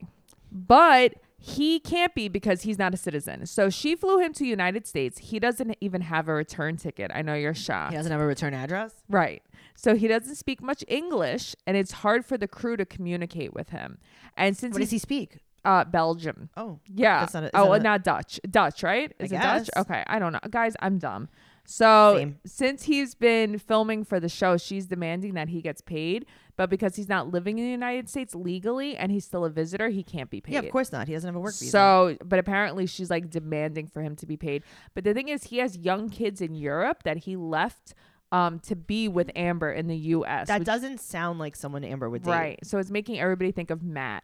Speaker 2: but he can't be because he's not a citizen. So she flew him to United States. He doesn't even have a return ticket. I know you're shocked.
Speaker 1: He doesn't have a return address.
Speaker 2: Right. So he doesn't speak much English, and it's hard for the crew to communicate with him. And since
Speaker 1: What does
Speaker 2: he's
Speaker 1: he speak?
Speaker 2: uh, Belgium,
Speaker 1: Oh,
Speaker 2: yeah.
Speaker 1: That's not a- is
Speaker 2: oh,
Speaker 1: that a-
Speaker 2: not Dutch. Dutch, right? Is it
Speaker 1: guess.
Speaker 2: Dutch? Okay, I don't know. Guys, I'm dumb. So
Speaker 1: Same.
Speaker 2: since he's been filming for the show, she's demanding that he gets paid, but because he's not living in the United States legally and he's still a visitor, he can't be paid.
Speaker 1: yeah, of course not. He doesn't have a work visa.
Speaker 2: So, but apparently she's like demanding for him to be paid. But the thing is, he has young kids in Europe that he left um, to be with Amber in the U.S.
Speaker 1: that
Speaker 2: which-
Speaker 1: doesn't sound like someone Amber would date.
Speaker 2: Right. So it's making everybody think of Matt.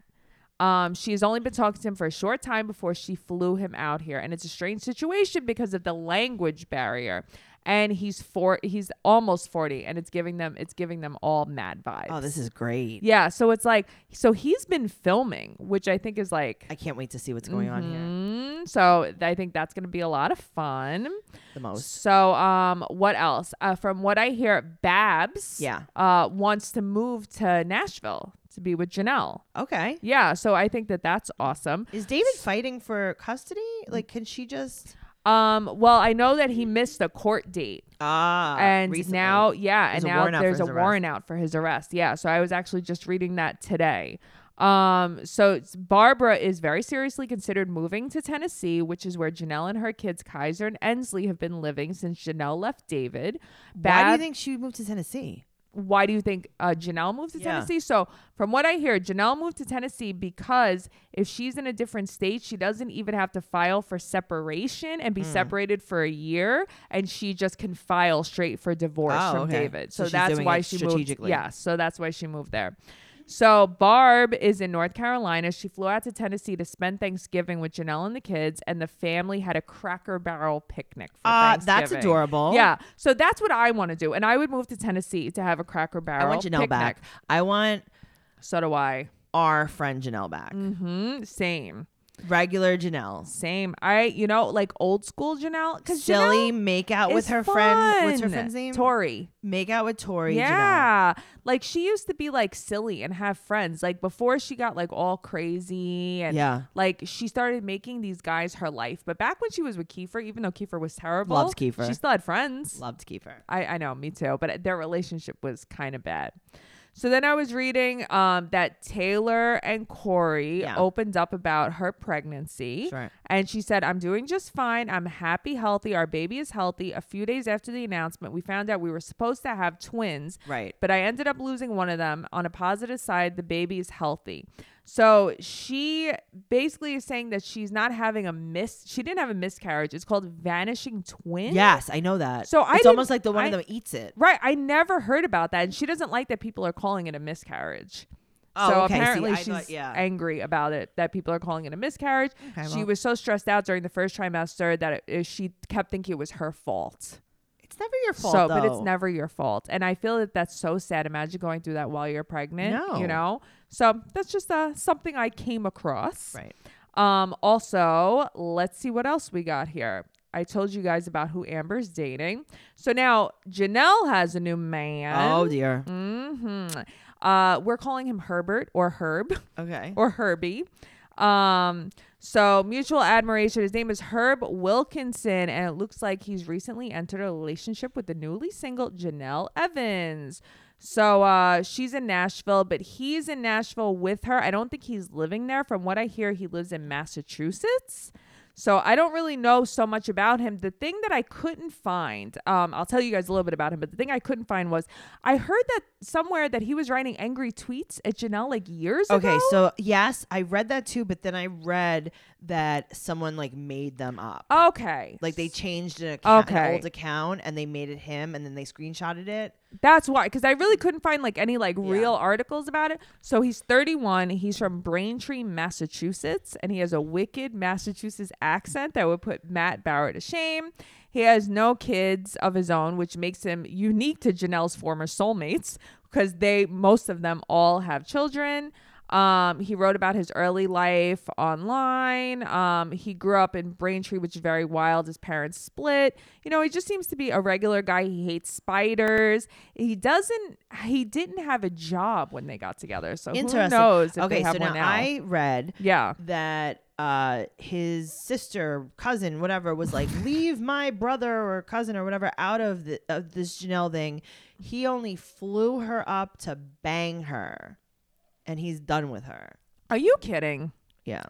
Speaker 2: Um, she has only been talking to him for a short time before she flew him out here, and it's a strange situation because of the language barrier. And he's four. He's almost forty, and it's giving them it's giving them all mad vibes.
Speaker 1: Oh, this is great.
Speaker 2: yeah. So it's like so he's been filming, which I think is like.
Speaker 1: I can't wait to see what's going on here.
Speaker 2: Mm, so th- I think that's going to be a lot of fun.
Speaker 1: The most.
Speaker 2: So, um, what else? Uh, from what I hear, Babs,
Speaker 1: Yeah.
Speaker 2: uh, wants to move to Nashville to be with Janelle.
Speaker 1: Okay.
Speaker 2: Yeah, so I think that that's awesome.
Speaker 1: Is David fighting for custody? Like, can she just
Speaker 2: Um, well, I know that he missed a court date,
Speaker 1: ah?
Speaker 2: and
Speaker 1: recently.
Speaker 2: now, yeah,
Speaker 1: There's
Speaker 2: and
Speaker 1: a
Speaker 2: now
Speaker 1: warrant out for
Speaker 2: there's a
Speaker 1: his arrest.
Speaker 2: warrant out for his arrest. Yeah, so I was actually just reading that today. Um, so it's- Barbara is very seriously considered moving to Tennessee, which is where Janelle and her kids Kaiser and Ensley have been living since Janelle left David.
Speaker 1: why do you
Speaker 2: Bab-
Speaker 1: think she moved to Tennessee?
Speaker 2: why do you think uh, Janelle moved to
Speaker 1: Yeah.
Speaker 2: Tennessee? So, from what I hear, Janelle moved to Tennessee because if she's in a different state, she doesn't even have to file for separation and
Speaker 1: Hmm.
Speaker 2: be separated for a year, and she just can file straight for divorce
Speaker 1: Oh,
Speaker 2: from
Speaker 1: okay.
Speaker 2: David. So,
Speaker 1: So she's
Speaker 2: that's
Speaker 1: doing
Speaker 2: why
Speaker 1: it
Speaker 2: she moved.
Speaker 1: strategically.
Speaker 2: Yeah, so that's why she moved there. So Barb is in North Carolina. She flew out to Tennessee to spend Thanksgiving with Janelle and the kids, and the family had a Cracker Barrel picnic. For
Speaker 1: Uh, that's
Speaker 2: Thanksgiving.
Speaker 1: adorable.
Speaker 2: Yeah, so that's what I want to do, and I would move to Tennessee to have a Cracker Barrel.
Speaker 1: I want Janelle
Speaker 2: picnic.
Speaker 1: back. I want
Speaker 2: So do I.
Speaker 1: our friend Janelle back.
Speaker 2: Hmm, same,
Speaker 1: Regular Janelle.
Speaker 2: same. I, you know, like old school Janelle, because
Speaker 1: Silly make out with her friend. What's her friend's name?
Speaker 2: Tori.
Speaker 1: Make out with Tori. Janelle.
Speaker 2: Yeah. Like she used to be like silly and have friends. Like before she got like all crazy and
Speaker 1: Yeah.
Speaker 2: like she started making these guys her life. But back when she was with Kiefer, even though Kiefer was terrible,
Speaker 1: Loves Kiefer.
Speaker 2: she still had friends.
Speaker 1: Loved Kiefer.
Speaker 2: I, I know, me too. But their relationship was kind of bad. So then I was reading um, that Taylor and Corey
Speaker 1: Yeah.
Speaker 2: opened up about her pregnancy.
Speaker 1: Sure.
Speaker 2: And she said, I'm doing just fine. I'm happy, healthy. Our baby is healthy. A few days after the announcement, we found out we were supposed to have twins,
Speaker 1: Right.
Speaker 2: but I ended up losing one of them. On a positive side, the baby is healthy. So she basically is saying that she's not having a miss. She didn't have a miscarriage. It's called vanishing twin.
Speaker 1: Yes, I know that.
Speaker 2: So I
Speaker 1: it's
Speaker 2: didn't-
Speaker 1: almost like the one
Speaker 2: I-
Speaker 1: of them eats it.
Speaker 2: Right. I never heard about that. And she doesn't like that people are calling it a miscarriage.
Speaker 1: Oh,
Speaker 2: so
Speaker 1: okay. See,
Speaker 2: apparently
Speaker 1: I
Speaker 2: she's
Speaker 1: thought- yeah.
Speaker 2: angry about it that people are calling it a miscarriage.
Speaker 1: Okay,
Speaker 2: she
Speaker 1: well.
Speaker 2: was so stressed out during the first trimester that it, it- she kept thinking it was her fault.
Speaker 1: It's never your fault. oh.
Speaker 2: so, but it's
Speaker 1: though.
Speaker 2: never your fault. And I feel that that's so sad. Imagine going through that while you're pregnant.
Speaker 1: No.
Speaker 2: You know. So that's just uh, something I came across.
Speaker 1: right.
Speaker 2: Um, also, let's see what else we got here. I told you guys about who Amber's dating. So now Janelle has a new man.
Speaker 1: Oh dear.
Speaker 2: Mhm. Uh, we're calling him Herbert or Herb
Speaker 1: Okay.
Speaker 2: or Herbie. Um, so mutual admiration. His name is Herb Wilkinson, and it looks like he's recently entered a relationship with the newly single Janelle Evans. So uh, she's in Nashville, but he's in Nashville with her. I don't think he's living there. From what I hear, he lives in Massachusetts. So I don't really know so much about him. The thing that I couldn't find, um, I'll tell you guys a little bit about him, but the thing I couldn't find was I heard that somewhere that he was writing angry tweets at Janelle like years ago.
Speaker 1: Okay, so yes, I read that too, but then I read that someone like made them up.
Speaker 2: Okay.
Speaker 1: Like they changed an account,
Speaker 2: Okay.
Speaker 1: an old account, and they made it him, and then they screenshotted it.
Speaker 2: that's why cuz I really couldn't find like any like real articles about it. So he's 31, he's from Braintree, Massachusetts, and he has a wicked Massachusetts accent that would put Matt Bauer to shame. He has no kids of his own, which makes him unique to Janelle's former soulmates cuz they most of them all have children. Um, he wrote about his early life online. Um, he grew up in Braintree, which is very wild. His parents split. You know, he just seems to be a regular guy. He hates spiders. He doesn't. He didn't have a job when they got together, so who
Speaker 1: Interesting.
Speaker 2: knows if
Speaker 1: okay,
Speaker 2: they have
Speaker 1: so
Speaker 2: one
Speaker 1: now, I read
Speaker 2: yeah.
Speaker 1: that uh his sister, cousin, whatever, was like, leave my brother or cousin or whatever out of the of this Janelle thing. He only flew her up to bang her, and he's done with her.
Speaker 2: Are you kidding?
Speaker 1: Yeah.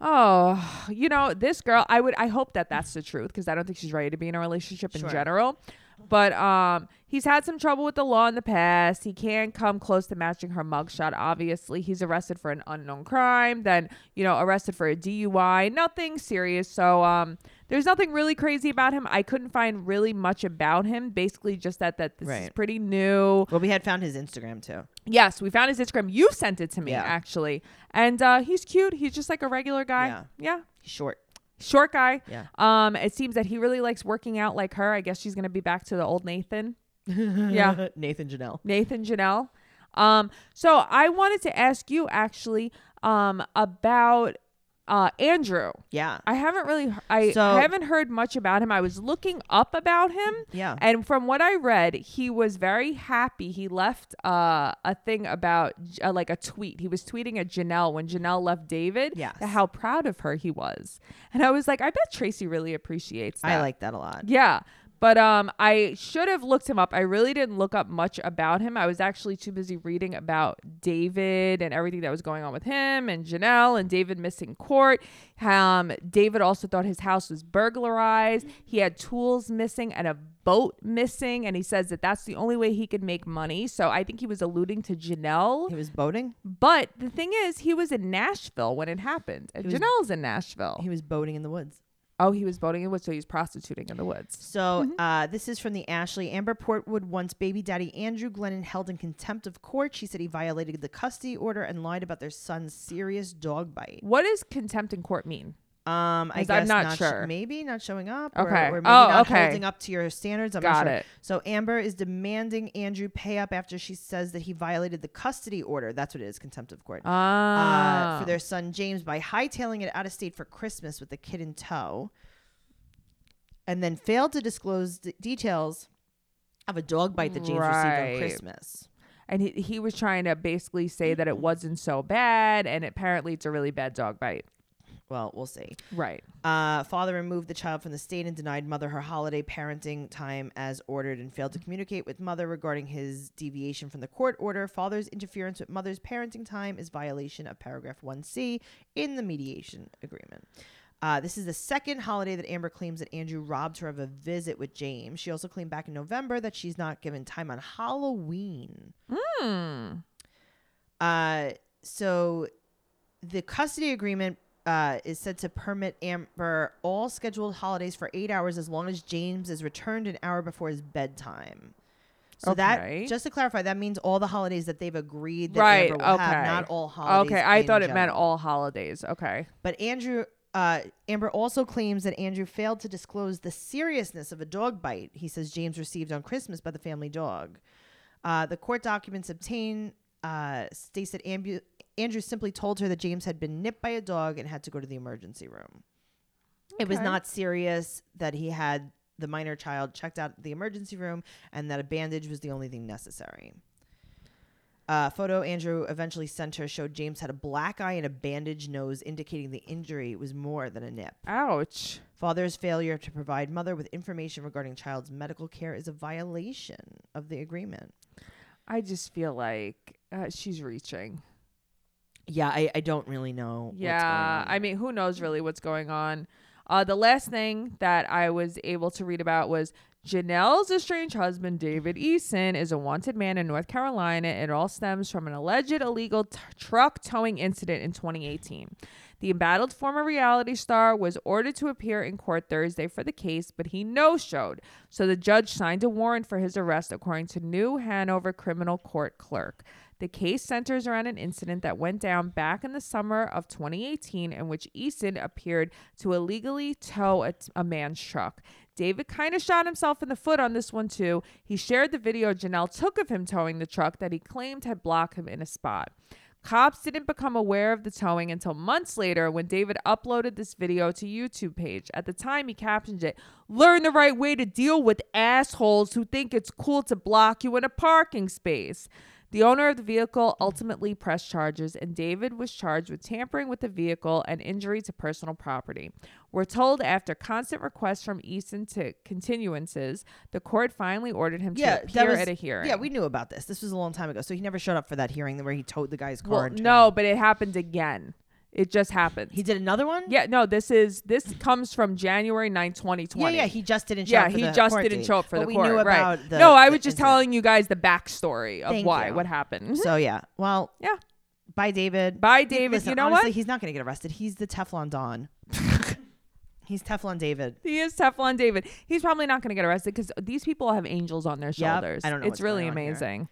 Speaker 2: Oh, you know, this girl, I would I hope that that's the truth because I don't think she's ready to be in a relationship in
Speaker 1: Sure.
Speaker 2: general. But um he's had some trouble with the law in the past. He can't come close to matching her mugshot obviously. He's arrested for an unknown crime, then, you know, arrested for a DUI. Nothing serious. So um there's nothing really crazy about him. I couldn't find really much about him. Basically just that that this is
Speaker 1: Right.
Speaker 2: pretty new.
Speaker 1: Well, we had found his Instagram too.
Speaker 2: Yes, we found his Instagram. You sent it to me
Speaker 1: Yeah.
Speaker 2: actually. And uh he's cute. He's just like a regular guy.
Speaker 1: Yeah.
Speaker 2: yeah
Speaker 1: He's short.
Speaker 2: short guy.
Speaker 1: Yeah.
Speaker 2: Um, it seems that he really likes working out like her. I guess she's gonna be back to the old Nathan, Yeah.
Speaker 1: Nathan Janelle.
Speaker 2: Nathan Janelle. Um, so I wanted to ask you actually, um, about uh Andrew.
Speaker 1: Yeah.
Speaker 2: I haven't really, I,
Speaker 1: So-
Speaker 2: I haven't heard much about him. I was looking up about him.
Speaker 1: Yeah.
Speaker 2: And from what I read, he was very happy. He left uh, a thing about uh, like a tweet. He was tweeting at Janelle when Janelle left David.
Speaker 1: Yes.
Speaker 2: that How proud of her he was. And I was like, I bet Tracy really appreciates that.
Speaker 1: I like that a lot.
Speaker 2: Yeah. But um, I should have looked him up. I really didn't look up much about him. I was actually too busy reading about David and everything that was going on with him and Janelle and David missing court. Um, David also thought his house was burglarized. He had tools missing and a boat missing, and he says that that's the only way he could make money. So I think he was alluding to Janelle.
Speaker 1: He was boating.
Speaker 2: But the thing is, he was in Nashville when it happened, and
Speaker 1: He was-
Speaker 2: Janelle's in Nashville.
Speaker 1: He was boating in the woods.
Speaker 2: oh, he was boating in the woods, so he was prostituting in the woods.
Speaker 1: So uh, this is from the Ashley. Amber Portwood wants baby daddy Andrew Glennon held in contempt of court. She said he violated the custody order and lied about their son's serious dog bite.
Speaker 2: What does contempt in court mean?
Speaker 1: Um, I
Speaker 2: 'Cause I'm
Speaker 1: guess
Speaker 2: not
Speaker 1: sh-
Speaker 2: sure.
Speaker 1: maybe not showing up. or-
Speaker 2: Okay.
Speaker 1: Or, maybe
Speaker 2: Oh,
Speaker 1: not
Speaker 2: okay.
Speaker 1: holding up to your standards. I'm
Speaker 2: Got
Speaker 1: not sure.
Speaker 2: it.
Speaker 1: So Amber is demanding Andrew pay up after she says that he violated the custody order. That's what it is, contempt of court.
Speaker 2: Ah,
Speaker 1: uh, for their son James by hightailing it out of state for Christmas with the kid in tow, and then failed to disclose d- details of a dog bite that James
Speaker 2: Right.
Speaker 1: received on Christmas.
Speaker 2: and he, he was trying to basically say that it wasn't so bad, and apparently it's a really bad dog bite.
Speaker 1: Well, we'll see.
Speaker 2: Right.
Speaker 1: Uh, father removed the child from the state and denied mother her holiday parenting time as ordered and failed to communicate with mother regarding his deviation from the court order. Father's interference with mother's parenting time is violation of paragraph 1C in the mediation agreement. Uh, this is the second holiday that Amber claims that Andrew robbed her of a visit with James. She also claimed back in November that she's not given time on Halloween. Uh, so the custody agreement uh, is said to permit Amber all scheduled holidays for eight hours as long as James is returned an hour before his bedtime. So
Speaker 2: Okay.
Speaker 1: that, just to clarify, that means all the holidays that they've agreed that
Speaker 2: Right,
Speaker 1: Amber will
Speaker 2: okay.
Speaker 1: have, not all holidays.
Speaker 2: Okay, I
Speaker 1: in
Speaker 2: thought it meant
Speaker 1: general.
Speaker 2: all holidays. Okay.
Speaker 1: But Andrew, uh, Amber also claims that Andrew failed to disclose the seriousness of a dog bite he says James received on Christmas by the family dog. Uh, the court documents obtained uh, states that ambu- Andrew simply told her that James had been nipped by a dog and had to go to the emergency room. It was
Speaker 2: Okay.
Speaker 1: not serious that he had the minor child checked out at the emergency room and that a bandage was the only thing necessary. Uh, photo Andrew eventually sent her showed James had a black eye and a bandaged nose, indicating the injury was more than a nip.
Speaker 2: Ouch.
Speaker 1: Father's failure to provide mother with information regarding child's medical care is a violation of the agreement.
Speaker 2: I just feel like uh, she's reaching.
Speaker 1: Yeah, I, I don't really know.
Speaker 2: Yeah, I mean, who knows really what's going on? Uh, the last thing that I was able to read about was Janelle's estranged husband, David Eason, is a wanted man in North Carolina. It all stems from an alleged illegal t- truck towing incident in 2018. The embattled former reality star was ordered to appear in court Thursday for the case, but he no showed. So the judge signed a warrant for his arrest, according to New Hanover Criminal Court clerk. The case centers around an incident that went down back in the summer of 2018 in which Easton appeared to illegally tow a, a man's truck. David kind of shot himself in the foot on this one, too. He shared the video Janelle took of him towing the truck that he claimed had blocked him in a spot. Cops didn't become aware of the towing until months later when David uploaded this video to YouTube page. At the time, he captioned it, "Learn the right way to deal with assholes who think it's cool to block you in a parking space." The owner of the vehicle ultimately pressed charges, and David was charged with tampering with the vehicle and injury to personal property. We're told after constant requests from Easton to continuances, the court finally ordered him
Speaker 1: Yeah,
Speaker 2: to
Speaker 1: that
Speaker 2: appear
Speaker 1: was,
Speaker 2: at a hearing.
Speaker 1: Yeah, we knew about this. This was a long time ago. So he never showed up for that hearing where he towed the guy's car.
Speaker 2: Well,
Speaker 1: into-
Speaker 2: no, but it happened again. It just happened.
Speaker 1: he did another one.
Speaker 2: yeah, no, this is this comes from January 9, 2020.
Speaker 1: yeah, yeah. He just didn't show
Speaker 2: Yeah,
Speaker 1: up. for
Speaker 2: he
Speaker 1: the
Speaker 2: just
Speaker 1: court
Speaker 2: didn't
Speaker 1: date.
Speaker 2: show up for
Speaker 1: But
Speaker 2: the
Speaker 1: we
Speaker 2: court.
Speaker 1: knew about
Speaker 2: right.
Speaker 1: the.
Speaker 2: no, I
Speaker 1: the
Speaker 2: was just
Speaker 1: incident.
Speaker 2: telling you guys the backstory of
Speaker 1: Thank
Speaker 2: why,
Speaker 1: you.
Speaker 2: what happened.
Speaker 1: So yeah, well,
Speaker 2: Yeah.
Speaker 1: Bye, David.
Speaker 2: Bye,
Speaker 1: He-
Speaker 2: David.
Speaker 1: listen,
Speaker 2: you know
Speaker 1: honestly,
Speaker 2: what?
Speaker 1: He's not going to get arrested. He's the Teflon Don. he's Teflon David.
Speaker 2: He is Teflon David. He's probably not going to get arrested because these people have angels on their
Speaker 1: Yep.
Speaker 2: shoulders.
Speaker 1: I don't know
Speaker 2: It's
Speaker 1: what's
Speaker 2: really
Speaker 1: going on here.
Speaker 2: amazing.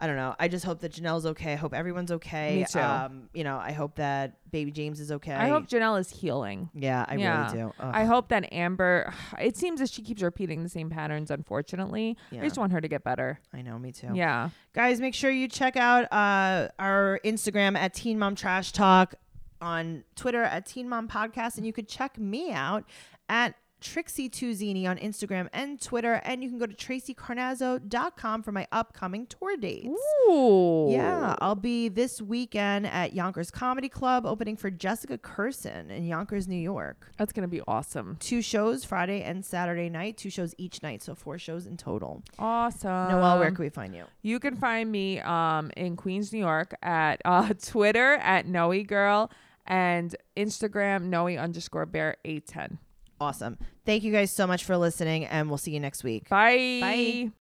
Speaker 1: I don't know. I just hope that Janelle's okay. I hope everyone's okay.
Speaker 2: Me too.
Speaker 1: Um, you know, I hope that baby James is okay.
Speaker 2: I hope Janelle is healing.
Speaker 1: Yeah, I
Speaker 2: Yeah.
Speaker 1: really do. Ugh.
Speaker 2: I hope that Amber. It seems that she keeps repeating the same patterns. Unfortunately,
Speaker 1: Yeah.
Speaker 2: I just want her to get better.
Speaker 1: I know, me too.
Speaker 2: Yeah.
Speaker 1: Guys, make sure you check out uh, our Instagram at Teen Mom Trash Talk, on Twitter at Teen Mom Podcast, and you could check me out at Trixie Tuzini on Instagram and Twitter, and you can go to tracycarnazzo.com for my upcoming tour dates.
Speaker 2: Ooh.
Speaker 1: Yeah, I'll be this weekend at Yonkers Comedy Club opening for Jessica Curson in Yonkers, New York.
Speaker 2: That's gonna be awesome.
Speaker 1: Two shows Friday and Saturday night, two shows each night, so four shows in total.
Speaker 2: Awesome.
Speaker 1: Noelle, where can we find you?
Speaker 2: You can find me um, in Queens, New York at uh, Twitter at Noe Girl and Instagram Noe underscore bear 810.
Speaker 1: Awesome. Thank you guys so much for listening, and we'll see you next week.
Speaker 2: Bye.
Speaker 1: Bye.